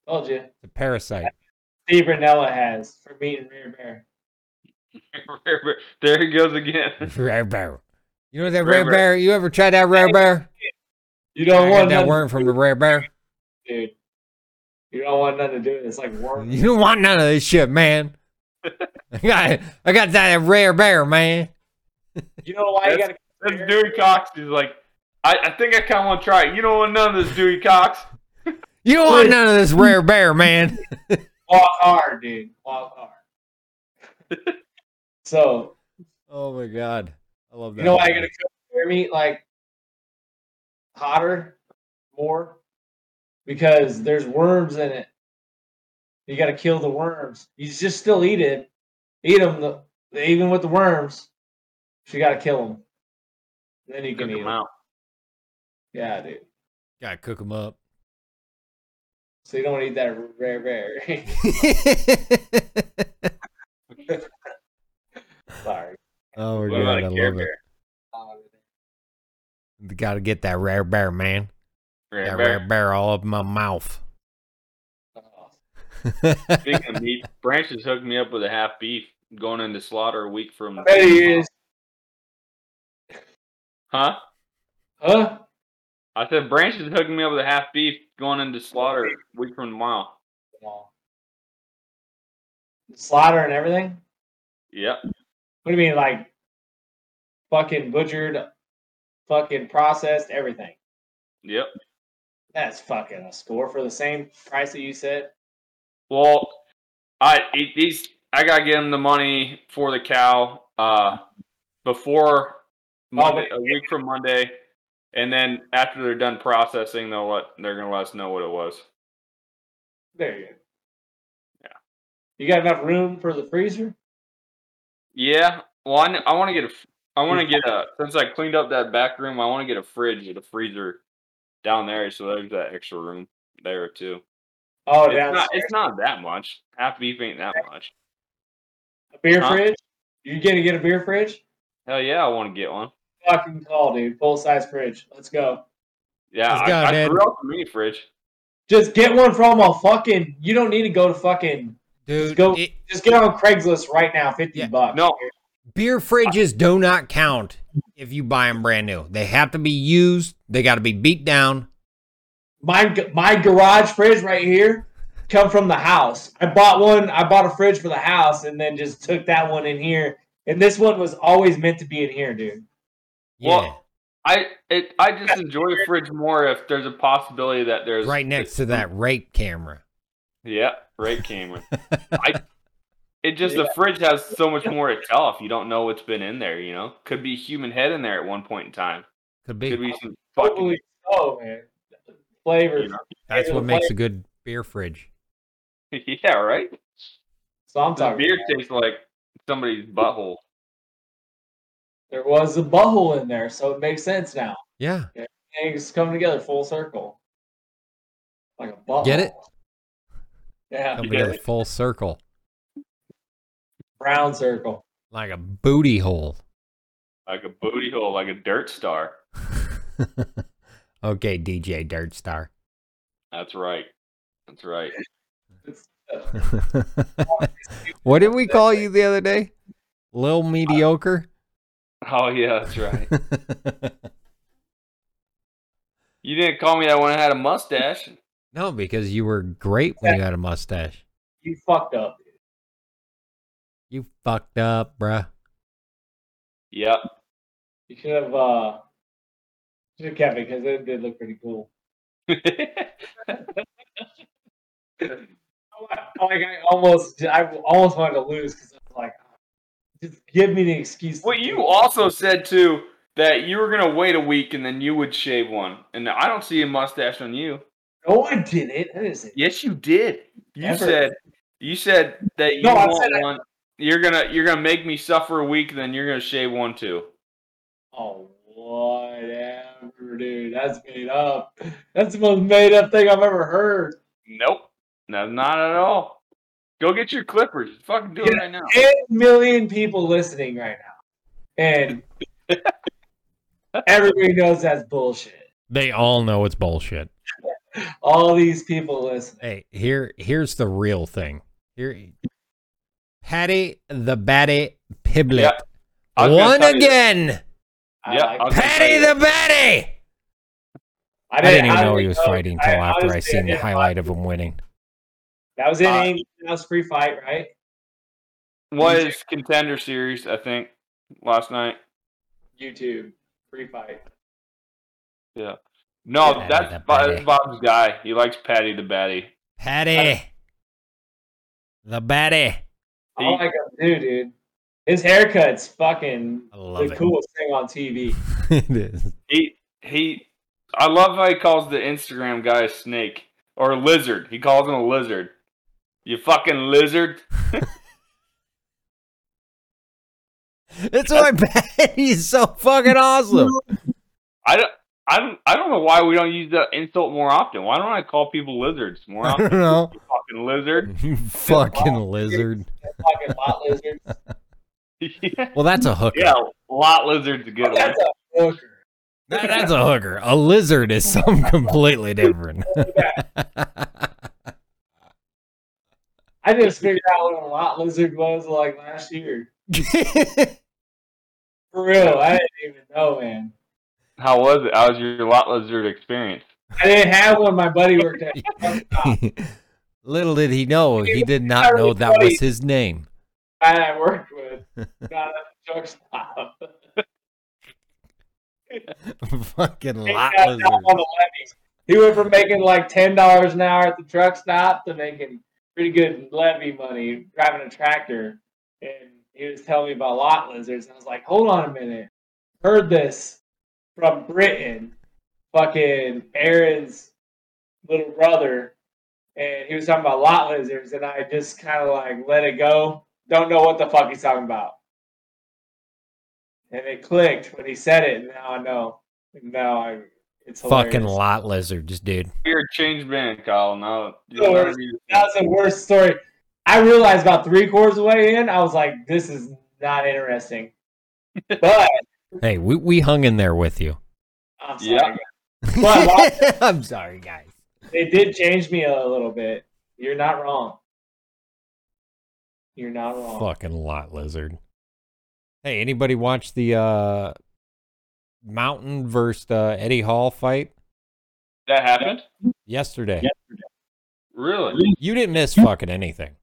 [SPEAKER 3] Told you.
[SPEAKER 1] The parasite.
[SPEAKER 3] Steve Renella has for meeting Rare Bear.
[SPEAKER 2] there he goes again.
[SPEAKER 1] Rare bear. You know that
[SPEAKER 2] Rare
[SPEAKER 1] rare,
[SPEAKER 2] bear.
[SPEAKER 1] bear? You ever tried that rare bear?
[SPEAKER 3] You
[SPEAKER 1] I got
[SPEAKER 3] don't want
[SPEAKER 1] that
[SPEAKER 3] nothing,
[SPEAKER 1] worm from the rare bear.
[SPEAKER 3] dude. You don't want nothing to do with it. It's like worm.
[SPEAKER 1] You don't want none of this shit, man. I got I got that rare bear, man.
[SPEAKER 3] You know why you gotta
[SPEAKER 2] That's Dewey Cox. He's like, I, I think I kind of want to try it. You don't want none of this Dewey Cox.
[SPEAKER 1] You don't want none of this rare bear, man.
[SPEAKER 3] walk hard, dude. Walk hard. so
[SPEAKER 1] Oh my god. I love that.
[SPEAKER 3] you know why you gotta cook rare meat like hotter, more, because there's worms in it. You gotta kill the worms. You just still eat it, eat them the, even with the worms. but You gotta kill them. Then you can
[SPEAKER 2] Took
[SPEAKER 3] eat
[SPEAKER 2] him
[SPEAKER 3] 'em.
[SPEAKER 2] out.
[SPEAKER 3] Yeah, dude.
[SPEAKER 1] gotta cook them up.
[SPEAKER 3] So you don't want to eat that rare bear. Sorry.
[SPEAKER 1] oh my
[SPEAKER 2] What about
[SPEAKER 1] god, I
[SPEAKER 2] a Care
[SPEAKER 1] love it.
[SPEAKER 2] Bear?
[SPEAKER 3] Um,
[SPEAKER 1] Gotta get that rare bear, man.
[SPEAKER 2] Rare
[SPEAKER 1] that
[SPEAKER 2] Bear.
[SPEAKER 1] rare bear all up my mouth.
[SPEAKER 3] uh,
[SPEAKER 2] Speaking of meat, Branch has hooked me up with a half beef going into slaughter a week from.
[SPEAKER 3] I bet he is.
[SPEAKER 2] Huh?
[SPEAKER 3] Huh?
[SPEAKER 2] I said Branch is hooking me up with a half beef going into slaughter a week from tomorrow.
[SPEAKER 3] No. Slaughter and everything?
[SPEAKER 2] Yep.
[SPEAKER 3] What do you mean, like fucking butchered, fucking processed, everything?
[SPEAKER 2] Yep.
[SPEAKER 3] That's fucking a score for the same price that you said.
[SPEAKER 2] Well, I it, these I gotta get him the money for the cow uh before Monday, a week from Monday, and then after they're done processing, they'll let they're gonna let us know what it was.
[SPEAKER 3] There you go.
[SPEAKER 2] Yeah.
[SPEAKER 3] You got enough room for the freezer?
[SPEAKER 2] Yeah. Well, I, want to get a f- I want to get a since I cleaned up that back room, I want to get a fridge and a freezer down there, so there's that extra room there too.
[SPEAKER 3] Oh,
[SPEAKER 2] it's,
[SPEAKER 3] downstairs.
[SPEAKER 2] not, it's not that much. Half beef ain't that much.
[SPEAKER 3] a beer
[SPEAKER 2] huh?
[SPEAKER 3] fridge? You gonna get a beer fridge?
[SPEAKER 2] Hell yeah, I want to get one.
[SPEAKER 3] Fucking call, dude. Full size fridge. Let's go.
[SPEAKER 2] Yeah,
[SPEAKER 1] Let's go,
[SPEAKER 2] I, I
[SPEAKER 1] dude.
[SPEAKER 2] threw out the mini fridge.
[SPEAKER 3] Just get one from a fucking. You don't need to go to fucking.
[SPEAKER 1] Dude,
[SPEAKER 3] go-
[SPEAKER 1] it-
[SPEAKER 3] Just get on Craigslist right now, fifty
[SPEAKER 1] Yeah,
[SPEAKER 3] bucks.
[SPEAKER 2] No,
[SPEAKER 1] beer fridges do not count if you buy them brand new. They have to be used. They got to be beat down.
[SPEAKER 3] my my garage fridge right here come from the house. I bought one. I bought a fridge for the house, and then just took that one in here. And this one was always meant to be in here, dude.
[SPEAKER 1] Yeah,
[SPEAKER 2] Well, I it I just enjoy a fridge more if there's a possibility that there's
[SPEAKER 1] right next to that rake camera.
[SPEAKER 2] Yeah, right camera. I it just the fridge has so much more to tell if you don't know what's been in there. You know, could be a human head in there at one point in time.
[SPEAKER 1] Could
[SPEAKER 2] Could
[SPEAKER 1] be.
[SPEAKER 2] be some fucking.
[SPEAKER 3] Holy oh man, flavor,
[SPEAKER 2] You know.
[SPEAKER 1] That's what makes a good beer fridge.
[SPEAKER 2] yeah, right.
[SPEAKER 3] So
[SPEAKER 2] The
[SPEAKER 3] I'm talking.
[SPEAKER 2] beer
[SPEAKER 3] about.
[SPEAKER 2] tastes like somebody's butthole.
[SPEAKER 3] There was a butthole in there, so it makes sense now.
[SPEAKER 1] Yeah.
[SPEAKER 3] Things come together full circle, like a butthole.
[SPEAKER 1] Get it?
[SPEAKER 3] Yeah,
[SPEAKER 1] Come together full circle
[SPEAKER 3] brown circle.
[SPEAKER 1] like a booty hole.
[SPEAKER 2] like a booty hole, like a dirt star.
[SPEAKER 1] okay, DJ Dirt Star.
[SPEAKER 2] That's right. That's right.
[SPEAKER 3] It's,
[SPEAKER 1] what did we call you the other day? Lil mediocre.
[SPEAKER 2] Oh yeah, that's right. You didn't call me that when I had a mustache.
[SPEAKER 1] no, because you were great when you had a mustache.
[SPEAKER 3] you fucked up.
[SPEAKER 1] You fucked up, bruh.
[SPEAKER 2] Yep.
[SPEAKER 3] You should have uh should have kept it because it did look pretty cool. Like I almost I almost wanted to lose because I was like Just give me the excuse.
[SPEAKER 2] Well, you also said too that you were gonna wait a week and then you would shave one, and I don't see a mustache on you.
[SPEAKER 3] No, I didn't. I didn't say
[SPEAKER 2] Yes, you did. You
[SPEAKER 3] Ever.
[SPEAKER 2] said you said that you
[SPEAKER 3] No, I
[SPEAKER 2] want
[SPEAKER 3] said I-
[SPEAKER 2] one. You're gonna you're gonna make me suffer a week, then you're gonna shave one too.
[SPEAKER 3] Oh, whatever, dude. That's made up. That's the most made up thing I've ever heard.
[SPEAKER 2] Nope, no, not at all. Go get your clippers. Fucking do it
[SPEAKER 3] Yeah.
[SPEAKER 2] right now.
[SPEAKER 3] Eight million people listening right now. And everybody knows that's bullshit.
[SPEAKER 1] They all know it's bullshit.
[SPEAKER 3] All these people listening.
[SPEAKER 1] Hey, here here's the real thing. Here Patty the Batty Piblet.
[SPEAKER 2] Yeah, I was gonna
[SPEAKER 1] One
[SPEAKER 2] tell you-
[SPEAKER 1] again.
[SPEAKER 3] I
[SPEAKER 2] Yeah,
[SPEAKER 3] like-
[SPEAKER 2] I'll-
[SPEAKER 1] Patty the Batty.
[SPEAKER 3] I
[SPEAKER 1] I didn't even know
[SPEAKER 3] didn't
[SPEAKER 1] he was fighting until after I
[SPEAKER 3] honestly
[SPEAKER 1] seen the
[SPEAKER 3] didn't.
[SPEAKER 1] highlight of him winning.
[SPEAKER 3] That was in
[SPEAKER 2] Uh,
[SPEAKER 3] England. That was free fight, right?
[SPEAKER 2] was contender series, I think, last night.
[SPEAKER 3] YouTube free fight.
[SPEAKER 2] No,
[SPEAKER 1] Patty the
[SPEAKER 2] that's, Bob,
[SPEAKER 1] Batty.
[SPEAKER 2] that's Bob's guy. He likes Patty the Batty.
[SPEAKER 1] Patty the Batty.
[SPEAKER 3] I
[SPEAKER 2] He-
[SPEAKER 3] like him too, Oh dude. His haircut's fucking
[SPEAKER 1] I
[SPEAKER 3] the
[SPEAKER 1] love it.
[SPEAKER 3] coolest thing on TV.
[SPEAKER 1] it is.
[SPEAKER 2] He he. I love how he calls the Instagram guy a snake or a lizard. He calls him a lizard. You fucking lizard.
[SPEAKER 1] That's why Patty's so fucking awesome.
[SPEAKER 2] I don't. I don't, I don't know why we don't use that insult more often. Why don't I call people lizards more
[SPEAKER 1] I don't
[SPEAKER 2] often?
[SPEAKER 1] know.
[SPEAKER 2] You fucking lizard.
[SPEAKER 1] You fucking lizard.
[SPEAKER 3] Fucking lot lizards.
[SPEAKER 2] yeah,
[SPEAKER 1] Well, that's a hooker.
[SPEAKER 2] lot lizard's a good one.
[SPEAKER 3] That's a hooker.
[SPEAKER 1] That- that's a hooker. A lizard is something completely different.
[SPEAKER 3] I just figured out what a lot lizard was like last year. For real, I didn't even know, man.
[SPEAKER 2] How was it? How was your lot lizard experience?
[SPEAKER 3] I didn't have one. My buddy worked at.
[SPEAKER 1] Little did he know, he did not know that was his name.
[SPEAKER 3] guy I worked with. Not at the truck stop.
[SPEAKER 1] fucking
[SPEAKER 3] He
[SPEAKER 1] lot
[SPEAKER 3] got
[SPEAKER 1] lizard.
[SPEAKER 3] down on the levies. He went from making like ten dollars an hour at the truck stop to making pretty good levy money driving a tractor. And he was telling me about lot lizards, and I was like, "Hold on a minute, heard this from Britain, fucking Aaron's little brother, and he was talking about lot lizards, and I just kind of like let it go. Don't know what the fuck he's talking about." And it clicked when he said it. and Now I know. Now I. It's
[SPEAKER 1] Fucking
[SPEAKER 3] hilarious.
[SPEAKER 1] lot lizards, dude.
[SPEAKER 2] You're a changed man, Kyle. Now you
[SPEAKER 3] No,
[SPEAKER 2] learn you-
[SPEAKER 3] That was the worst story. I realized about three quarters of the way in, I was like, this is not interesting. But
[SPEAKER 1] Hey, we, we hung in there with you.
[SPEAKER 3] I'm sorry,
[SPEAKER 2] Yeah.
[SPEAKER 3] But lot-
[SPEAKER 1] I'm sorry, guys.
[SPEAKER 3] they did change me a little bit. You're not wrong. You're not wrong.
[SPEAKER 1] Fucking lot lizard. Hey, anybody watch the uh, Mountain versus uh, Eddie Hall fight
[SPEAKER 2] that happened.
[SPEAKER 1] yesterday?
[SPEAKER 2] Really?
[SPEAKER 1] You didn't miss fucking anything.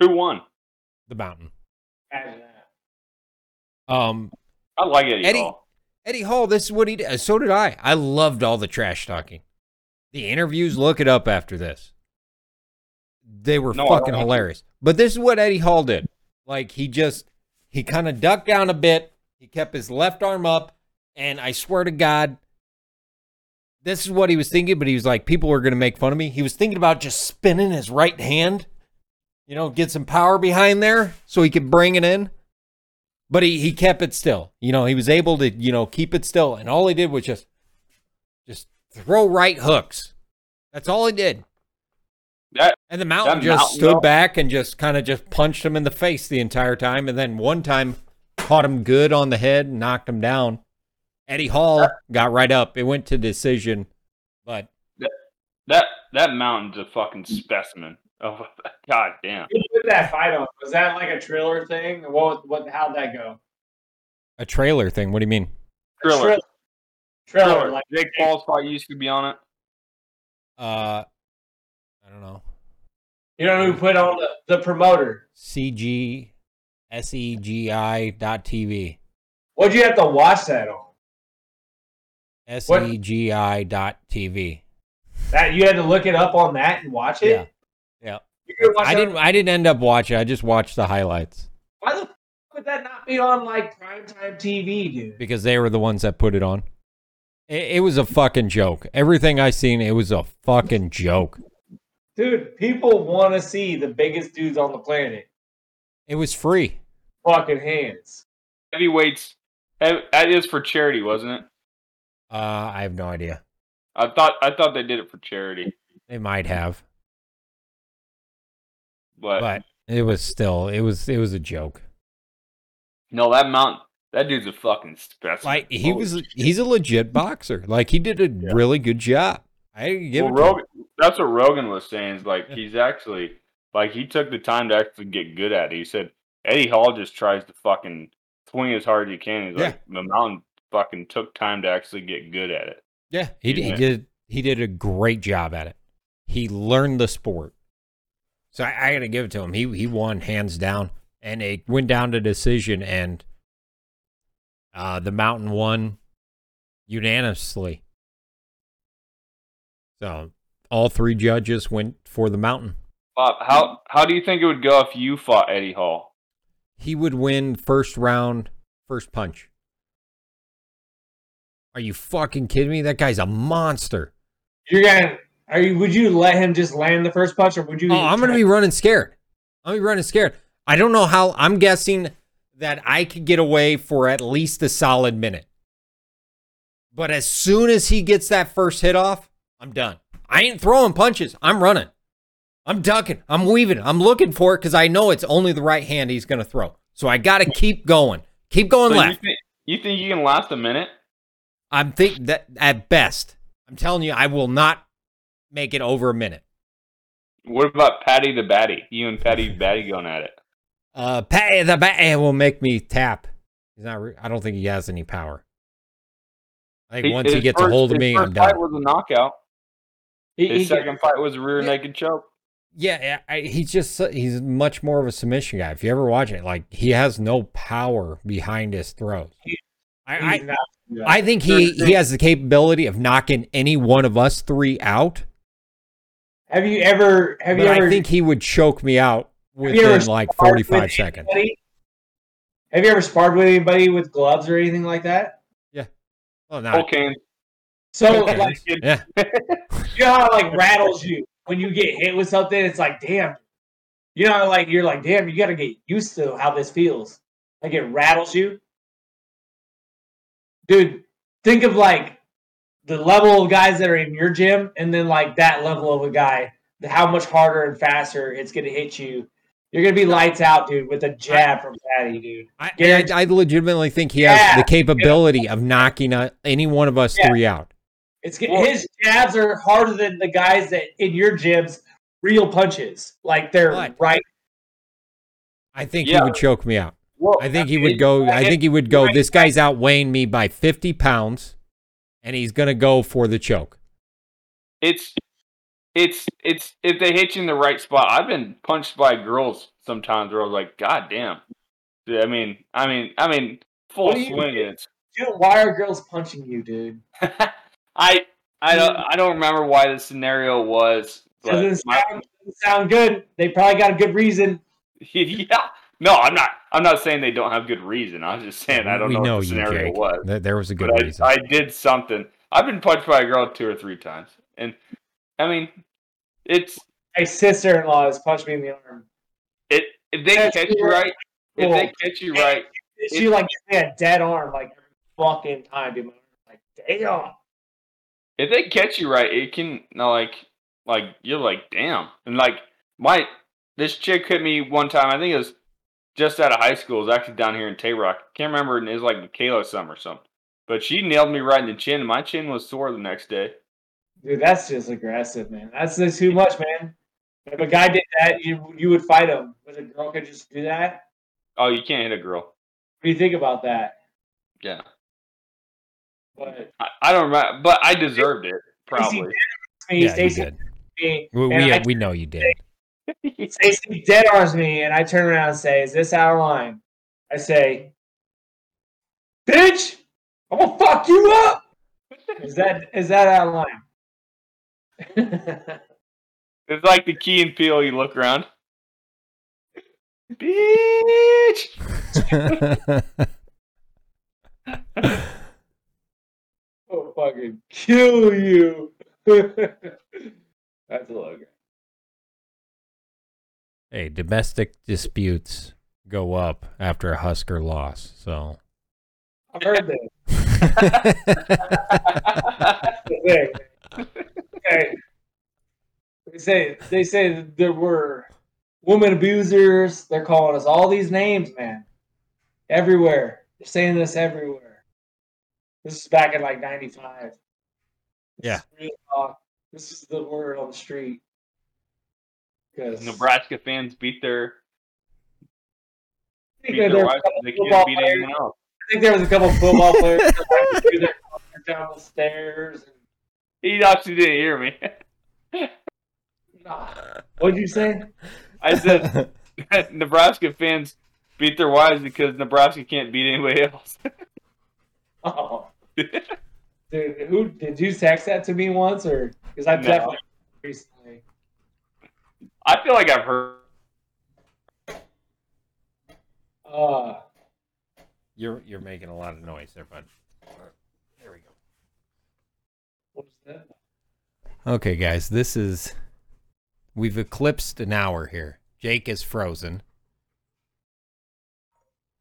[SPEAKER 2] Who won?
[SPEAKER 1] The Mountain.
[SPEAKER 3] Imagine that.
[SPEAKER 1] Um,
[SPEAKER 2] I like Eddie.
[SPEAKER 1] Eddie-
[SPEAKER 2] Hall.
[SPEAKER 1] Eddie Hall. This is what he did. So did I. I loved all the trash talking. The interviews. Look it up after this. They were
[SPEAKER 2] No, I don't
[SPEAKER 1] fucking
[SPEAKER 2] want to.
[SPEAKER 1] hilarious. But this is what Eddie Hall did. Like he just he kind of ducked down a bit. He kept his left arm up, and I swear to God, this is what he was thinking. But he was like, people are gonna make fun of me. He was thinking about just spinning his right hand. You know, get some power behind there so he could bring it in but he, he kept it still. You know, he was able to, you know, keep it still. And all he did was just just throw right hooks. That's all he did.
[SPEAKER 2] That
[SPEAKER 1] And the mountain just
[SPEAKER 2] mountain
[SPEAKER 1] stood
[SPEAKER 2] dog-
[SPEAKER 1] back and just kind of just punched him in the face the entire time. And then one time caught him good on the head and knocked him down. Eddie Hall got right up. It went to decision. But
[SPEAKER 2] that that mountain's a fucking specimen. Oh god damn.
[SPEAKER 3] Who put that fight on? Was that like a thriller thing? What? What? How'd that go?
[SPEAKER 1] a trailer thing, what do you mean?
[SPEAKER 2] Thriller.
[SPEAKER 3] Thriller.
[SPEAKER 2] Thriller.
[SPEAKER 3] Like
[SPEAKER 2] Jake Paul's fight used to be on it.
[SPEAKER 1] Uh I don't know.
[SPEAKER 3] you know who put on the, the promoter?
[SPEAKER 1] CG S E G I dot TV.
[SPEAKER 3] What'd you have to watch that on?
[SPEAKER 1] S
[SPEAKER 3] What-
[SPEAKER 1] E G I dot TV.
[SPEAKER 3] That you had to look it up on that and watch it.
[SPEAKER 1] Yeah.
[SPEAKER 3] You could watch
[SPEAKER 1] I
[SPEAKER 3] that-
[SPEAKER 1] didn't I didn't end up watching. I just watched the highlights.
[SPEAKER 3] Why the fuck would that not be on like primetime TV, dude?
[SPEAKER 1] because they were the ones that put it on. It, it was a fucking joke. Everything I seen, it was a fucking joke.
[SPEAKER 3] Dude, people want to see the biggest dudes on the planet.
[SPEAKER 1] It was free.
[SPEAKER 3] Fucking hands.
[SPEAKER 2] Heavyweights. Heav- That is for charity, wasn't it?
[SPEAKER 1] Uh, I have no idea.
[SPEAKER 2] I thought I thought they did it for charity,
[SPEAKER 1] They might have,
[SPEAKER 2] but,
[SPEAKER 1] but it was still it was it was a joke.
[SPEAKER 2] no, that mountain. That dude's a fucking specimen.
[SPEAKER 1] Like he
[SPEAKER 2] Holy
[SPEAKER 1] was
[SPEAKER 2] shit.
[SPEAKER 1] he's a legit boxer. Like he did a really good job. I give
[SPEAKER 2] Well,
[SPEAKER 1] it to him.
[SPEAKER 2] Rogan, that's what Rogan was saying. Is like
[SPEAKER 1] Yeah.
[SPEAKER 2] he's actually like he took the time to actually get good at it. He said Eddie Hall just tries to fucking swing as hard as he can. He's like the mountain fucking took time to actually get good at it.
[SPEAKER 1] Yeah, he, did, he
[SPEAKER 2] Yeah.
[SPEAKER 1] did. He did a great job at it. He learned the sport, so I, I got to give it to him. He he won hands down, and it went down to decision, and uh, the mountain won unanimously. So all three judges went for the mountain.
[SPEAKER 2] Bob, how how do you think it would go if you fought Eddie Hall?
[SPEAKER 1] He would win first round, first punch. Are you fucking kidding me? That guy's a monster.
[SPEAKER 3] You're gonna are you would you let him just land the first punch or would you
[SPEAKER 1] Oh, I'm gonna be running scared. I'm gonna be running scared. I don't know how. I'm guessing that I could get away for at least a solid minute. But as soon as he gets that first hit off, I'm done. I ain't throwing punches. I'm running. I'm ducking. I'm weaving. I'm looking for it because I know it's only the right hand he's gonna throw. So I gotta keep going. Keep going
[SPEAKER 2] So you,
[SPEAKER 1] left.
[SPEAKER 2] think, you think you can last a minute?
[SPEAKER 1] I'm think that at best. I'm telling you, I will not make it over a minute.
[SPEAKER 2] What about Patty the Batty? You and Patty Batty going at it?
[SPEAKER 1] Uh, pay the bat will make me tap. He's not. Re- I don't think he has any power. I think once he
[SPEAKER 2] His
[SPEAKER 1] gets a
[SPEAKER 2] first-
[SPEAKER 1] hold of
[SPEAKER 2] his
[SPEAKER 1] me,
[SPEAKER 2] first
[SPEAKER 1] I'm
[SPEAKER 2] fight
[SPEAKER 1] done.
[SPEAKER 2] was a knockout.
[SPEAKER 3] he,
[SPEAKER 2] His
[SPEAKER 3] he-
[SPEAKER 2] second fight was a rear
[SPEAKER 1] Yeah.
[SPEAKER 2] naked choke.
[SPEAKER 1] Yeah, I, I- he's just su- he's much more of a submission guy. If you ever watch it, like he has no power behind his throws.
[SPEAKER 3] he's
[SPEAKER 1] I I,
[SPEAKER 3] not-
[SPEAKER 1] I think he he has the capability of knocking any one of us three out.
[SPEAKER 3] have you ever have
[SPEAKER 1] But
[SPEAKER 3] you ever
[SPEAKER 1] I think he would choke me out
[SPEAKER 3] Have you ever
[SPEAKER 1] within like
[SPEAKER 3] sparred with
[SPEAKER 1] 45 seconds.
[SPEAKER 3] anybody? Have you ever sparred with anybody with gloves or anything like that?
[SPEAKER 1] Well, not
[SPEAKER 2] Okay,
[SPEAKER 3] So
[SPEAKER 1] Okay.
[SPEAKER 3] like
[SPEAKER 1] yeah.
[SPEAKER 3] you know how it like rattles you when you get hit with something, it's like damn. You know how, like you're like, damn, you gotta get used to how this feels. Like it rattles you. Dude, think of like the level of guys that are in your gym and then like that level of a guy, how much harder and faster it's gonna hit you. You're gonna be lights out, dude, with a jab from Patty, dude.
[SPEAKER 1] I, I,
[SPEAKER 3] Guaranteed.
[SPEAKER 1] I legitimately think he has
[SPEAKER 3] Yeah.
[SPEAKER 1] the capability of knocking uh, any one of us
[SPEAKER 3] Yeah.
[SPEAKER 1] three out.
[SPEAKER 3] It's get-
[SPEAKER 2] Well-
[SPEAKER 3] his jabs are harder than the guys that in your gyms real punches. Like they're
[SPEAKER 1] Right.
[SPEAKER 3] right.
[SPEAKER 1] I think
[SPEAKER 2] Yeah.
[SPEAKER 1] he would choke me out.
[SPEAKER 2] well,
[SPEAKER 1] I think he would go. I think he would go. This guy's outweighing me by fifty pounds, and he's gonna go for the choke.
[SPEAKER 2] it's it's it's if they hit you in the right spot. I've been punched by girls sometimes where I was like, God damn. Dude, I mean, I mean, I mean, full
[SPEAKER 3] What do you-
[SPEAKER 2] swing. and It's,
[SPEAKER 3] Dude, why are girls punching you, dude?
[SPEAKER 2] I I don't I don't remember why the scenario was. But
[SPEAKER 3] Doesn't
[SPEAKER 2] my,
[SPEAKER 3] sound, doesn't sound good. They probably got a good reason.
[SPEAKER 2] yeah, no, I'm not. I'm not saying they don't have good reason. I was just saying I don't
[SPEAKER 1] we
[SPEAKER 2] know,
[SPEAKER 1] know,
[SPEAKER 2] what the
[SPEAKER 1] you,
[SPEAKER 2] scenario
[SPEAKER 1] Jake.
[SPEAKER 2] was.
[SPEAKER 1] Th- there was a good
[SPEAKER 2] but
[SPEAKER 1] reason.
[SPEAKER 2] I, I did something. I've been punched by a girl two or three times, and I mean, it's
[SPEAKER 3] My sister in law has punched me in the arm.
[SPEAKER 2] it. If they
[SPEAKER 3] That's
[SPEAKER 2] catch you
[SPEAKER 3] cool.
[SPEAKER 2] right, if they catch you right,
[SPEAKER 3] She like gives me a dead arm like every fucking time, dude. My arm's Like, damn.
[SPEAKER 2] if they catch you right, it can no, like like you're like damn, and like my this chick hit me one time. I think it was just out of high school. It was actually down here in Tay Rock. Can't remember. It was like Michaela some or something. But she nailed me right in the chin. and My chin was sore the next day.
[SPEAKER 3] Dude, that's just aggressive, man. That's just too much, man. If a guy did that, you you would fight him. But a girl could just do that.
[SPEAKER 2] Oh, you can't hit a girl.
[SPEAKER 3] What do you think about that?
[SPEAKER 2] Yeah,
[SPEAKER 3] But
[SPEAKER 2] I, I don't remember, but I deserved it probably.
[SPEAKER 3] I mean,
[SPEAKER 1] yeah, you
[SPEAKER 3] Stacey
[SPEAKER 1] did.
[SPEAKER 3] me,
[SPEAKER 1] We,
[SPEAKER 3] and
[SPEAKER 1] we,
[SPEAKER 3] I,
[SPEAKER 1] we know you did.
[SPEAKER 3] Stacey dead arms me, and I turn around and say, "Is this our line?" I say, "Bitch, I'm gonna fuck you up." Is that is that our line?
[SPEAKER 2] It's like the key and peel. You look around. Bitch.
[SPEAKER 3] I'll fucking kill you. That's a logo.
[SPEAKER 1] hey, domestic disputes go up after a Husker loss. So.
[SPEAKER 3] I've heard that. Hey. Hey. They say they say that there were women abusers. They're calling us all these names, man. Everywhere. They're saying this everywhere. This is back in like ninety-five. This
[SPEAKER 1] Yeah.
[SPEAKER 3] is real talk. This is the word on the street. 'Cause
[SPEAKER 2] Nebraska fans beat their
[SPEAKER 3] I think
[SPEAKER 2] beat
[SPEAKER 3] that
[SPEAKER 2] their
[SPEAKER 3] there,
[SPEAKER 2] wives.
[SPEAKER 3] was a
[SPEAKER 2] and They
[SPEAKER 3] couple
[SPEAKER 2] can't
[SPEAKER 3] football
[SPEAKER 2] beat
[SPEAKER 3] players-
[SPEAKER 2] anyone else.
[SPEAKER 3] I think there was a couple football players that like to do their conference down the stairs. And,
[SPEAKER 2] He actually didn't hear me.
[SPEAKER 3] nah. What'd you say?
[SPEAKER 2] I said Nebraska fans beat their wives because Nebraska can't beat anybody else.
[SPEAKER 3] Oh. Dude, who did you text that to me once or because I
[SPEAKER 2] No.
[SPEAKER 3] definitely recently.
[SPEAKER 2] I feel like I've heard.
[SPEAKER 3] Uh
[SPEAKER 1] you're you're making a lot of noise there, bud. There we go.
[SPEAKER 3] what was that?
[SPEAKER 1] Okay, guys, this is we've eclipsed an hour here. Jake is frozen.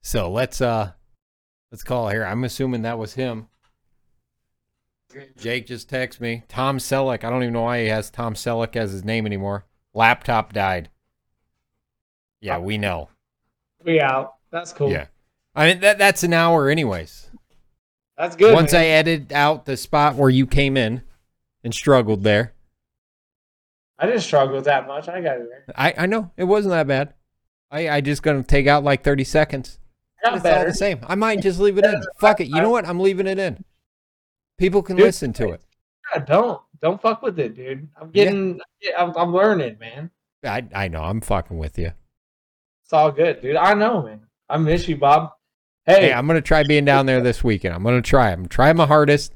[SPEAKER 1] So let's uh let's call here. I'm assuming that was him. Jake just texted me. Tom Selleck. I don't even know why he has Tom Selleck as his name anymore. Laptop died. Yeah, we know.
[SPEAKER 3] We out. That's cool.
[SPEAKER 1] Yeah. I mean that that's an hour anyways.
[SPEAKER 3] That's good.
[SPEAKER 1] Once
[SPEAKER 3] man.
[SPEAKER 1] I edited out the spot where you came in and struggled there.
[SPEAKER 3] I didn't struggle with that much. I got it there.
[SPEAKER 1] I, I know it wasn't that bad. I, I just gonna take out like thirty seconds.
[SPEAKER 3] I Got
[SPEAKER 1] it's all
[SPEAKER 3] better.
[SPEAKER 1] the same. I might just leave it in. Fuck it. You know what? I'm leaving it in. People can
[SPEAKER 3] Dude.
[SPEAKER 1] listen to it.
[SPEAKER 3] Yeah, don't don't fuck with it, dude. I'm
[SPEAKER 1] Yeah.
[SPEAKER 3] getting I'm, I'm learning, man.
[SPEAKER 1] I I know. I'm fucking with you.
[SPEAKER 3] It's all good, dude. I know, man. I miss you, Bob. Hey,
[SPEAKER 1] Hey, I'm gonna try being down there this weekend. I'm gonna try. I'm trying my hardest.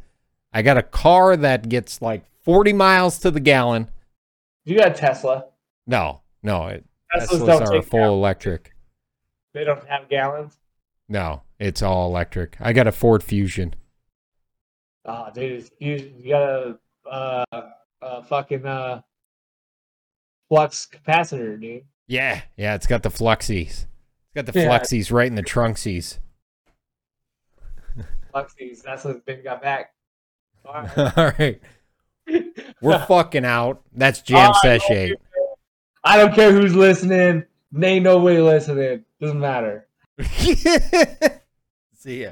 [SPEAKER 1] I got a car that gets like forty miles to the gallon.
[SPEAKER 3] you got a Tesla.
[SPEAKER 1] No, no. It,
[SPEAKER 3] Teslas,
[SPEAKER 1] Teslas
[SPEAKER 3] don't
[SPEAKER 1] are
[SPEAKER 3] take
[SPEAKER 1] full
[SPEAKER 3] full.
[SPEAKER 1] electric.
[SPEAKER 3] They don't have gallons.
[SPEAKER 1] No, it's all electric. I got a Ford Fusion.
[SPEAKER 3] Oh, dude, it's huge. You got a uh, uh, fucking uh, flux capacitor, dude.
[SPEAKER 1] Yeah, yeah. It's got the fluxies. It's got the
[SPEAKER 3] Yeah.
[SPEAKER 1] fluxies right in the trunksies.
[SPEAKER 3] Fluxies. That's what Ben got back. All right.
[SPEAKER 1] All right. We're fucking out. That's jam
[SPEAKER 3] Oh, I
[SPEAKER 1] sesh eight.
[SPEAKER 3] I don't care who's listening. Ain't nobody listening. Doesn't matter.
[SPEAKER 1] See ya.